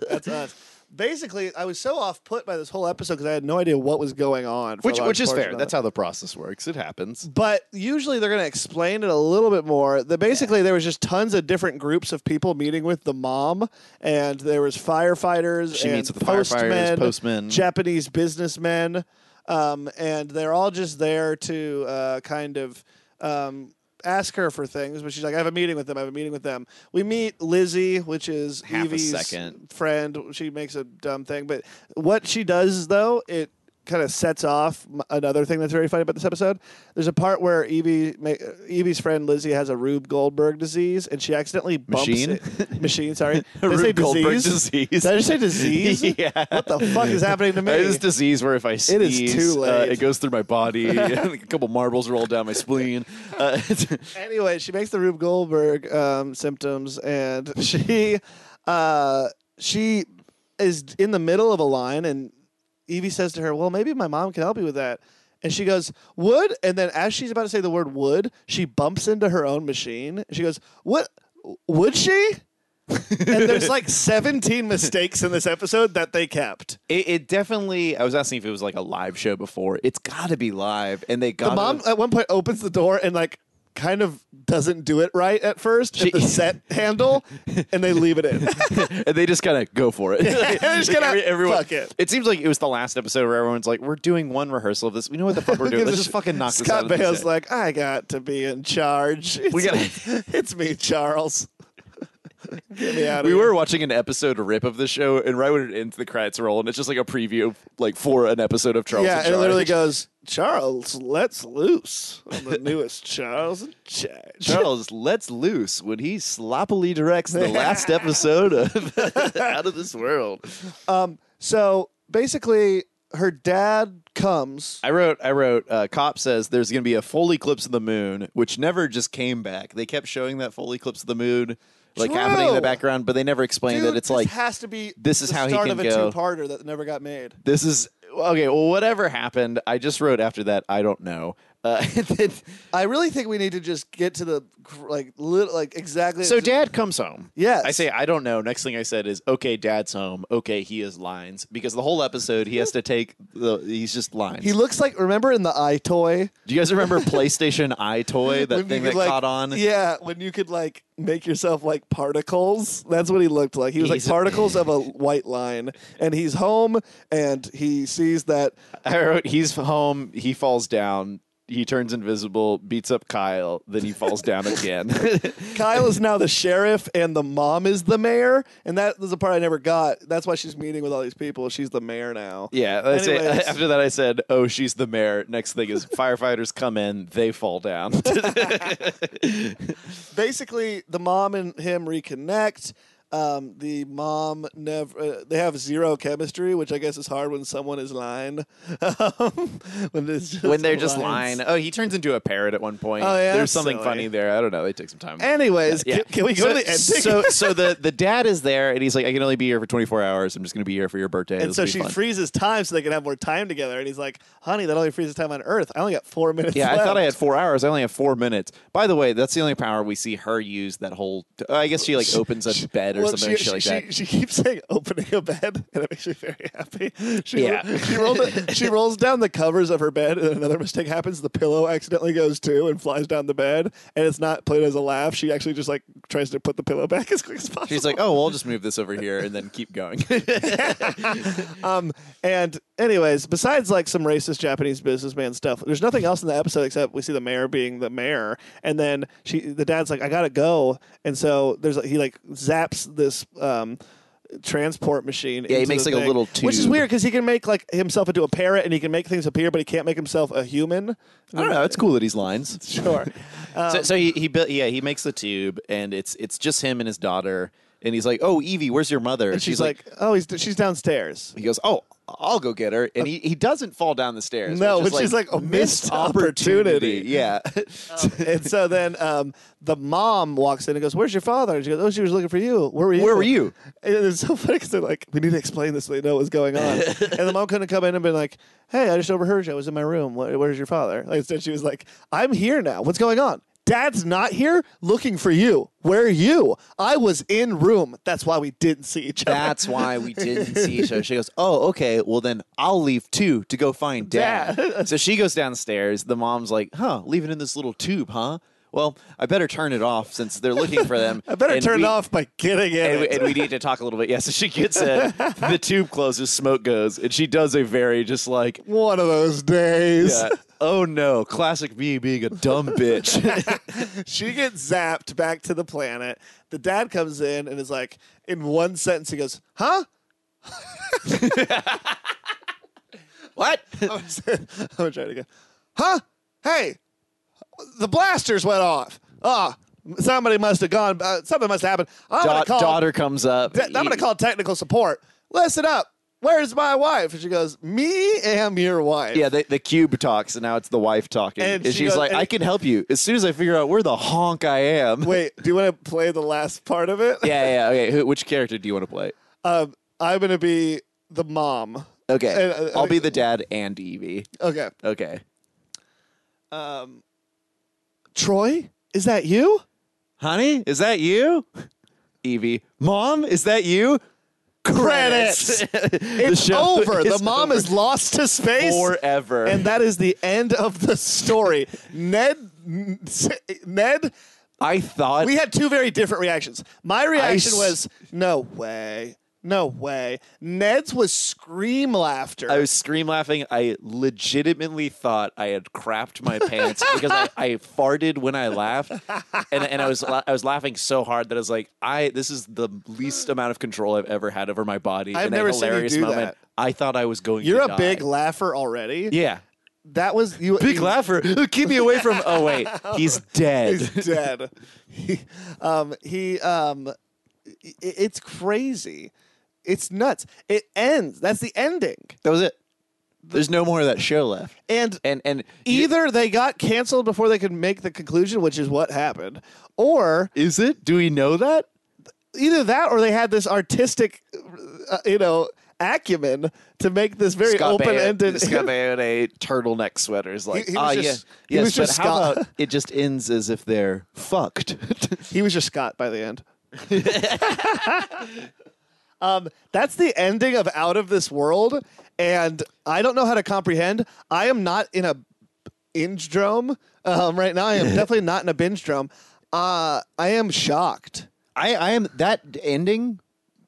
That's us. Basically, I was so off put by this whole episode because I had no idea what was going on. for a
which,
large
which is
portion
fair.
of
That's
it.
how the process works. It happens.
But usually they're going to explain it a little bit more. That basically there was just tons of different groups of people meeting with the mom, and there was firefighters.
She
and
meets with the firefighters, postmen.
Japanese businessmen, um, and they're all just there to uh, kind of. Um, Ask her for things, but she's like, I have a meeting with them. I have a meeting with them. We meet Lizzie, which is
Half a
Evie's
second.
friend. She makes a dumb thing, but what she does though, it kind of sets off m- another thing that's very funny about this episode. There's a part where Evie, ma- Evie's friend Lizzie has a Rube Goldberg disease, and she accidentally bumps
Machine?
it. machine. Sorry, Did I
Rube
say
Goldberg
disease?
disease.
Did I just say disease?
Yeah.
What the fuck is happening to me?
It is disease where if I
is
sneeze,
too late.
Uh, it goes through my body. and a couple marbles roll down my spleen. Uh,
anyway, she makes the Rube Goldberg um, symptoms, and she uh, she is in the middle of a line, and Evie says to her, "Well, maybe my mom can help you with that." And she goes, "Would," and then as she's about to say the word "would," she bumps into her own machine. She goes, "What would she?" and there's like 17 mistakes in this episode that they kept.
It, it definitely. I was asking if it was like a live show before. It's got to be live, and they got
The mom at one point opens the door and like kind of doesn't do it right at first at the set handle, and they leave it in.
and they just kind of go for it.
They're just gonna fuck it.
seems like it was the last episode where everyone's like, "We're doing one rehersal of this. We know what the fuck we're doing. Let's just fucking knock this out."
Scott
of the
Baio's
set."
like, I got to be in charge. It's,
We gotta-
it's me, Charles. Get me out of
we
here.
were watching an episode rip of the show, and right when it ends, the credits roll, and it's just like a preview, like for an episode of Charles.
yeah,
and
and it literally
Charlie.
goes, Charles, let's loose. on the newest Charles in charge.
Charles lets loose when he sloppily directs the last episode of Out of This World.
Um, So basically, her dad comes.
I wrote, I wrote, uh, Cop says there's going to be a full eclipse of the moon, which never just came back. They kept showing that full eclipse of the moon, like happening in the
True.
background, but they never explained
Dude,
that it's
this
like,
has to be
this is
the
how he
start
can
of a
go.
two-parter that never got made.
this is, okay, well, whatever happened. I just wrote after that, I don't know. Uh, and then-
I really think we need to just get to the like lit like exactly.
so dad comes home.
Yes.
I say, I don't know. Next thing I said is, okay, dad's home. Okay, he is lines. Because the whole episode, he has to take the, he's just lines.
he looks like remember in the iToy
Do you guys remember PlayStation iToy,
When
that
you
thing
could,
that
like-
caught on?
Yeah, when you could like make yourself like particles. That's what he looked like. He was
He's-
like particles of a white line, and he's home, and he sees that
I wrote, he's home, he falls down, he turns invisible, beats up Kyle, then he falls down again.
Kyle is now the sheriff, and the mom is the mayor, and that was the part I never got. That's why she's meeting with all these people. She's the mayor now.
yeah, that's it.
Anyways.
after that I said, oh, she's the mayor. Next thing is firefighters come in, they fall down.
basically the mom and him reconnect um, the mom never uh, they have zero chemistry which i guess is hard when someone is lying when, it's just
when they're just
lines.
lying. Oh, he turns into a parrot at one point.
Oh, yeah,
There's
that's
something
silly.
funny there. I don't know. They take some time.
anyways
Yeah.
can, can we go
so,
to the ending
So, so the, the dad is there, and he's like, I can only be here for 24 hours. I'm just going to be here for your birthday.
and
This
so
will be
she
fun."
freezes time so they can have more time together and he's like honey that only freezes time on earth i only got four minutes
Yeah,
left.
I thought I had four hours. I only have four minutes. By the way, that's the only power we see her use. That whole, I guess she like opens a bed or
Well,
something
she,
shit like
she,
that.
she keeps saying opening a bed, and it makes me very happy. She,
Yeah.
she, rolled it- she rolls down the covers of her bed, and another mistake happens. The pillow accidentally goes too and flies down the bed, and it's not played as a laugh. She actually just like tries to put the pillow back as quick as possible.
She's like, oh, well, I'll just move this over here and then keep going.
um, and anyways, besides like some racist Japanese businessman stuff, there's nothing else in the episode except we see the mayor being the mayor, and then she, the dad's like, I gotta go, and so there's he like zaps this. Um, transport machine
Yeah, he
into
makes,
the
like, a
thing,
little
which is
tube.
weird because he can make like himself into a parrot and he can make things appear but he can't make himself a human
I don't know. It's cool that he's lines.
sure Um,
so, so he he built, yeah, he makes the tube, and it's it's just him and his daughter, and he's like, oh, Evie, where's your mother? And
she's, like, oh he's she's downstairs
He goes, "Oh, I'll go get her," and he, he doesn't fall down the stairs.
Uh, No,
which,
which
is like,
is like a missed opportunity.
Yeah,
and so then um, the mom walks in and goes, "Where's your father?" And she goes, "Oh, she was looking for you. Where were you?
Where were you?"
And it's so funny because they're like, "We need to explain this. so They know what's going on." and the mom couldn't come in and been like, "Hey, I just overheard you. I was in my room. Where, where's your father?" Like, instead, she was like, "I'm here now. What's going on?" Dad's not here looking for you. Where are you? I was in room. That's why we didn't see each other.
That's why we didn't see each other. She goes, Oh, okay. Well, then I'll leave too to go find dad. so she goes downstairs. The mom's like, Huh, leave it in this little tube, huh? Well, I better turn it off since they're looking for them.
I better
And
turn
we-
it off by getting in.
And we,
it.
and we need to talk a little bit. Yeah, so she gets in, the tube closes, smoke goes, and she does a very just like,
One of those days.
uh, oh no, classic me being a dumb bitch.
She gets zapped back to the planet. The dad comes in and is like, in one sentence, he goes, Huh?
what?
I'm gonna try it again. Huh? Hey, the blasters went off. Ah, somebody must have gone, uh, something must have happened. I'm
Da-
gonna call,
daughter comes up.
Da- I'm gonna call technical support. Listen up. Where's my wife? And she goes, Me am your wife.
Yeah, the, the cube talks, and now it's the wife talking. And,
And she
she's
goes-
like,
and
I
it-
can help you as soon as I figure out where the honk I am.
Wait, do you want to play the last part of it?
Yeah, yeah, okay. Who, which character do you want to play?
Um, I'm gonna be the mom.
Okay.
And, uh,
I'll be the dad and Evie.
Okay.
Okay.
Um, Troy, is that you?
Honey, is that you? Evie, Mom, is that you? Credits. the
It's over. The mom is lost to space.
forever.
And that is the end of the story. Ned, Ned,
I thought
we had two very different reactions. My reaction
s-
was, no way. No way. Ned's was scream laughter.
I was scream laughing. I legitimately thought I had crapped my pants because I, I farted when I laughed, and, and I was la- I was laughing so hard that I was like, I this is the least amount of control I've ever had over my body.
I've
in
never
a
seen you
hilarious
do
moment.
that.
I thought I was going.
You're
to
a
die.
big laugher already.
yeah,
That was you.
big
you-
laugher. Keep me away from. Oh wait, he's dead.
He's dead. he, um, he, um, i- it's crazy. It's nuts. It ends. That's the ending.
that was it. There's no more of that show left. E
And
And and you-
either they got canceled before they could make the conclusion, which is what happened, or
is it? Do we know that?
either that or they had this artistic, uh, you know, acumen to make this very
Scott
open ended.
Baio- Scott Baionet turtleneck sweaters. Like,
He- he
ah,
was
yeah,
just- he
yes,
was just
but how
Scott.
about it just ends as if they're fucked?
he was just Scott by the end. um, that's the ending of Out of This World, and I don't know how to comprehend. I am not in a binge drome um, right now. I am definitely not in a binge drome. Uh, I am shocked.
I, I am that ending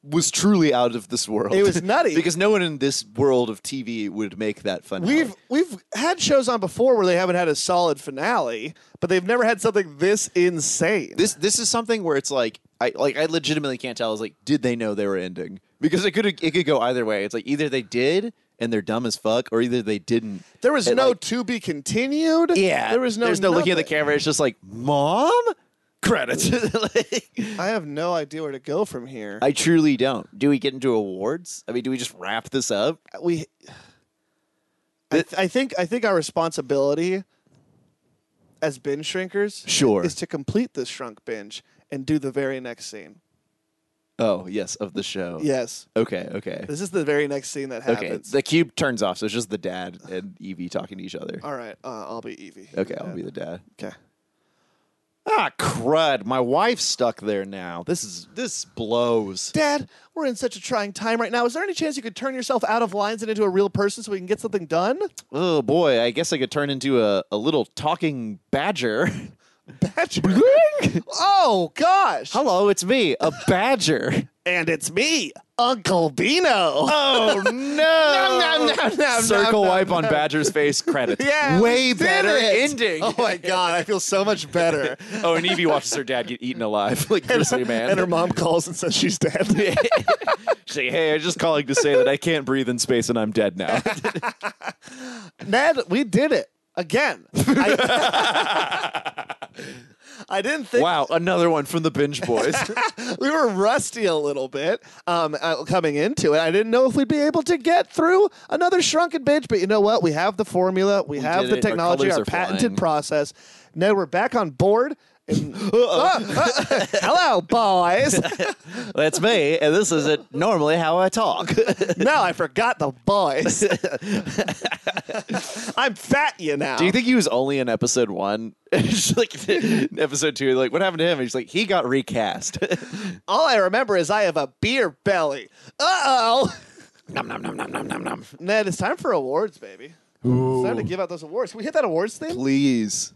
was truly out of this world.
It was nutty.
because no one in this world of TV would make that fun.
We've we've had shows on before where they haven't had a solid finale, but they've never had something this insane.
this this is something where it's like I like I legitimately can't tell. I was like, did they know they were ending? Because it could it could go either way. It's like either they did and they're dumb as fuck, or either they didn't.
there was
And,
no
like,
to be continued.
yeah.
there was no.
There's no looking at the
nothing.
camera. It's just like mom credits. Like-
I have no idea where to go from here.
I truly don't. Do we get into awards? I mean, do we just wrap this up?
we I, th- I think I think our responsibility as binge shrinkers
Sure.
is to complete this shrunk binge and do the very next scene.
Oh, yes, of the show.
Yes.
Okay, okay.
This is the very next scene that
Okay.
happens.
The cube turns off, so it's just the dad and Evie talking to each other.
All right, uh, I'll be Evie.
Okay, I'll be the dad.
Okay.
Ah, crud. My wife's stuck there now. This is this blows.
Dad, we're in such a trying time right now. Is there any chance you could turn yourself out of lines and into a real person so we can get something done?
Oh boy, I guess I could turn into a, a little talking badger.
Patrick. oh gosh.
Hello, it's me, a badger.
And it's me, Uncle Beano.
Oh no!
nom, nom, nom,
Circle
nom,
wipe on Badger's face. Credits.
Yeah,
way
we did
better
it.
ending.
Oh my god, I feel so much better.
Oh, and Evie watches her dad get eaten alive like Grizzly Man.
And her mom calls and says she's dead.
She's like, hey, I'm just calling to say that I can't breathe in space and I'm dead now.
Ned, we did it again. I, I didn't think
wow, another one from the Binge Boys.
we were rusty a little bit um, uh, coming into it. I didn't know if we'd be able to get through another shrunken binge, but you know what? We have the formula, we, have
did
the
it. Our
technology,
colors
our,
are
patented
flying.
process. Ned, we're back on board. And, Ah, ah, hello, boys.
That's me, and this isn't normally how I talk.
no, I forgot the boys. I'm fat, you now.
Do you think he was only in episode one? It's like episode two, like what happened to him? He's like he got recast.
All I remember is I have a beer belly. Uh oh.
nom nom nom nom nom nom nom.
Ned, it's time for awards, baby. It's time to give out those awards. Can we hit that awards thing?
Please.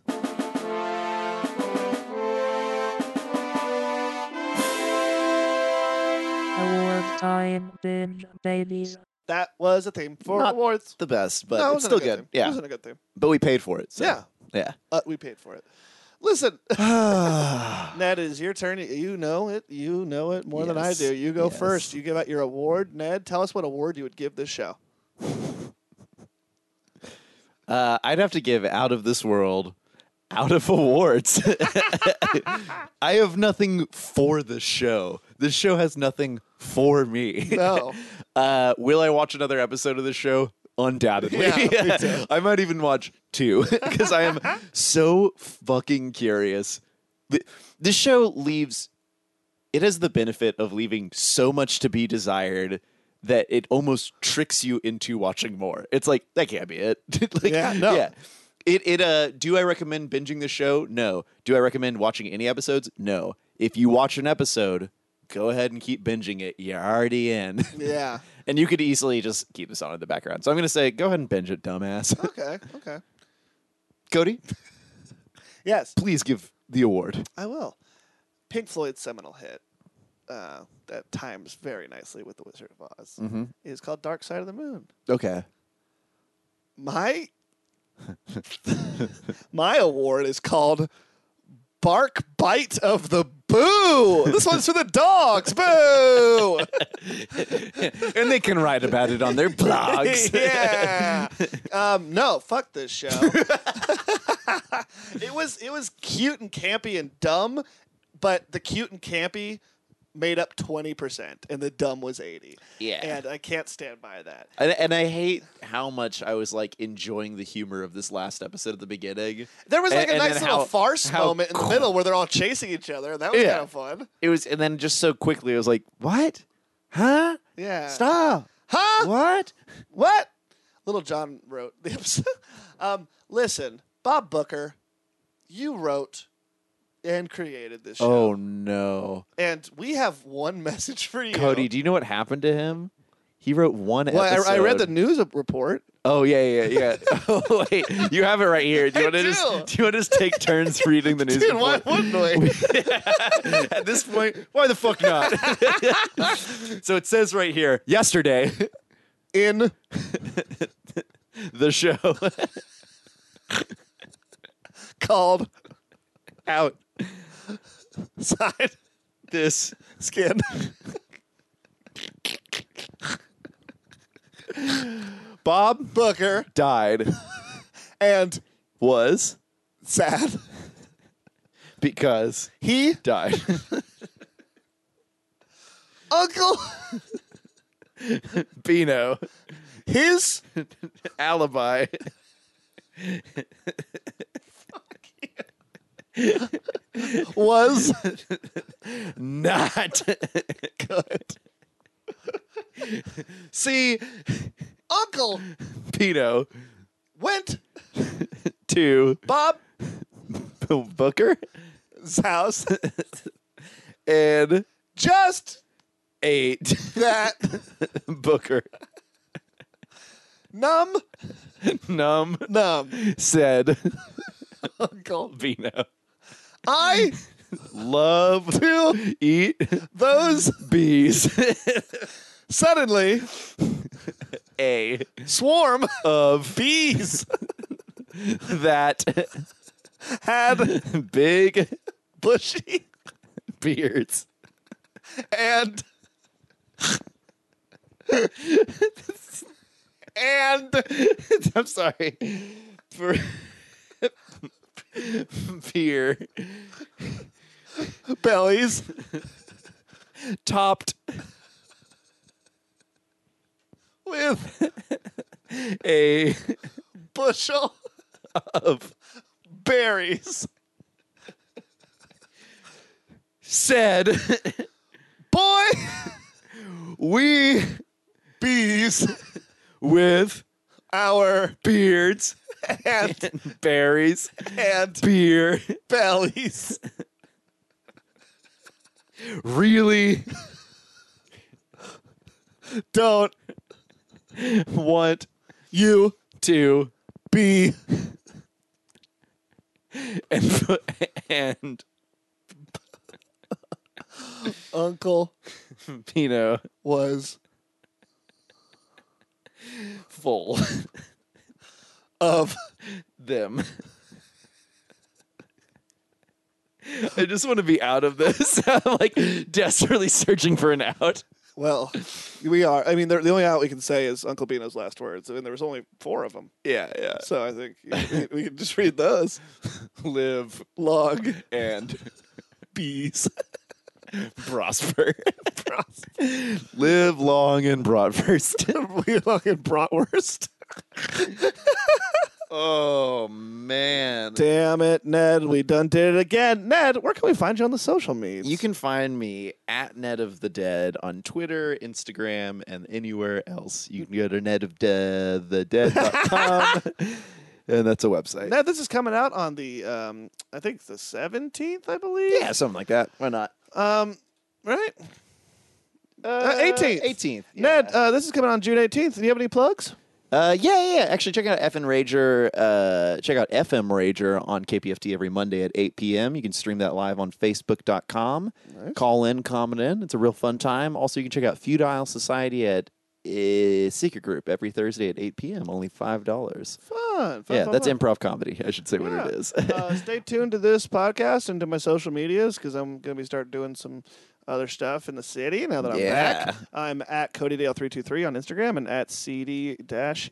Award time, binge babies.
That was a theme for
Not
awards.
The best, but
No, it
it's
wasn't a
still good.
theme. It
Yeah,
wasn't a good theme.
but we paid for it. So.
Yeah.
yeah.
Uh, we paid for it. Listen, Ned, it is your turn. You know it. You know it more than I
Yes.
do. You go
Yes.
first. You give out your award. Ned, tell us what award you would give this show.
Uh, I'd have to give Out of This World out of awards. I have nothing for the show. This show has nothing for me.
No.
uh, will I watch another episode of this show? Undoubtedly.
Yeah, me
I might even watch two because I am so fucking curious. Th- This show leaves it has the benefit of leaving so much to be desired that it almost tricks you into watching more. It's like that can't be it. Like,
Yeah, no.
It it uh do I recommend binging the show? No. Do I recommend watching any episodes? No. If you watch an episode, go ahead and keep binging it. You're already in.
Yeah.
and you could easily just keep this on in the background. So I'm going to say, go ahead and binge it, dumbass.
Okay. Okay.
Cody,
Yes,
please give the award.
I will. Pink Floyd's seminal hit uh, that times very nicely with The Wizard of Oz
Mm-hmm.
is called Dark Side of the Moon.
Okay.
My my award is called Bark Bite of the Boo. This one's for the dogs. Boo.
and they can write about it on their blogs.
yeah. Um, no, fuck this show. it was it was cute and campy and dumb, but the cute and campy made up twenty percent, and the dumb was eighty.
Yeah.
and I can't stand by that.
And, and I hate how much I was like enjoying the humor of this last episode at the beginning.
There was like
And-
a
and
nice
then
little
how-
farce
how-
moment in the middle where they're all chasing each other. That was
Yeah.
kind of fun.
It was, and then just so quickly, I was like, "What? Huh?
Yeah.
Stop!
Huh?
What?
What? Little John wrote the episode. um, listen, Bob Booker, you wrote and created this show.
Oh no,
And we have one message for you.
Cody! Do you know what happened to him? He wrote one
Well,
episode.
I, I read the news report.
Oh yeah, yeah, yeah. oh wait, you have it right here. Do you
I
want to just
do.
do you want to just take turns reading the news?
Dude, why
report?
wouldn't we?
At this point, why the fuck not? so it says right here, yesterday,
In
the show
called
out
side
this
skin.
Bob
Booker
died
and
was
sad.
because
He
died.
uncle
Bino
his
alibi.
was
Not good. See,
uncle
Pino
went
to
Bob
Booker
house
and
just
ate
that
Booker.
numb
Numb
numb
said
uncle.
Bino.
I
Love to eat
those
bees.
suddenly
A
swarm
of
bees
that
had
big
bushy
beards.
and and
I'm sorry. For beer
bellies
topped
with
a
bushel
of
berries.
said
Boy,
we
bees,
with
our
beards
and
berries
and
beer
bellies
really
don't
want
you
to
be
and and
uncle
Pino
was
full
of
them. I just want to be out of this. I'm like desperately searching for an out.
well we are i mean the the only out we can say is uncle bino's last words I mean, there was only four of them
Yeah, yeah.
so i think we- we can just read those
Live
long
and
bees
prosper. Live long and broad first.
we fucking bratwurst
Oh man.
damn it ned we done did it again ned where can we find you on the social media
You can find me at Net of the Dead on Twitter, Instagram, and anywhere else. You can go to net of de- the dead.com. and that's a website.
ned this is coming out on the um i think it's the 17th i believe
Yeah, something like that. Why not?
Um, right? Uh, 18th.
18th. Yeah.
Ned, uh, this is coming on June 18th. Do you have any plugs?
Uh, yeah, yeah, yeah. Actually, check out FM Rager. Uh, check out FM Rager on KPFT every Monday at 8 p.m. You can stream that live on Facebook.com. Call in, comment in. It's a real fun time. Also, you can check out Feudile Society at uh, Secret Group every Thursday at 8 p.m. Only five dollars.
Fun. fun
Yeah,
fun,
that's
fun.
improv comedy. I should say what it
Yeah.
is.
uh, stay tuned to this podcast and to my social medias because I'm going to be start doing some other stuff in the city now that I'm
Yeah.
back. I'm at CodyDale323 on Instagram and at CD-E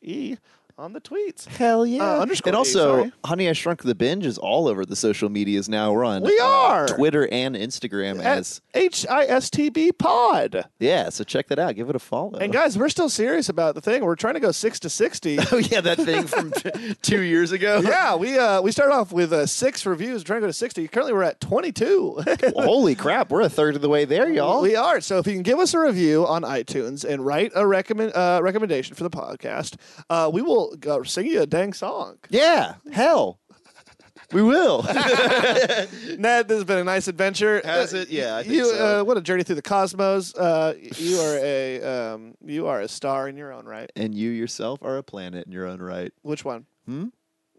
E on the tweets.
Hell yeah!
Uh, underscore
and
A,
also,
sorry.
Honey, I Shrunk the Binge is all over the social medias now. We're on
We
uh,
are!
Twitter and Instagram
At
as
H-I-S-T-B pod.
yeah. So check that out. Give it a follow.
And guys, we're still serious about the thing. We're trying to go 6 to 60.
oh yeah, that thing from t- two years ago.
yeah, we uh, we started off with uh, six reviews, trying to go to 60. Currently, we're at 22.
Holy crap, we're a third of the way there, y'all.
We are. So if you can give us a review on iTunes and write a recommend uh, recommendation for the podcast, uh, we will uh, sing you a dang song.
yeah, hell. We will.
Ned, this has been a nice adventure.
Has it? Yeah, I think
you,
so.
Uh, what a journey through the cosmos. Uh, y- you are a um, you are a star in your own right.
and you yourself are a planet in your own right.
Which one? Hmm.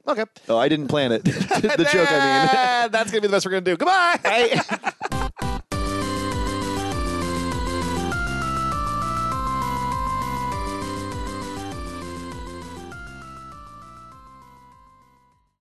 Okay.
Oh, I didn't plan it. the joke, I mean.
That's gonna be the best we're gonna do. Goodbye.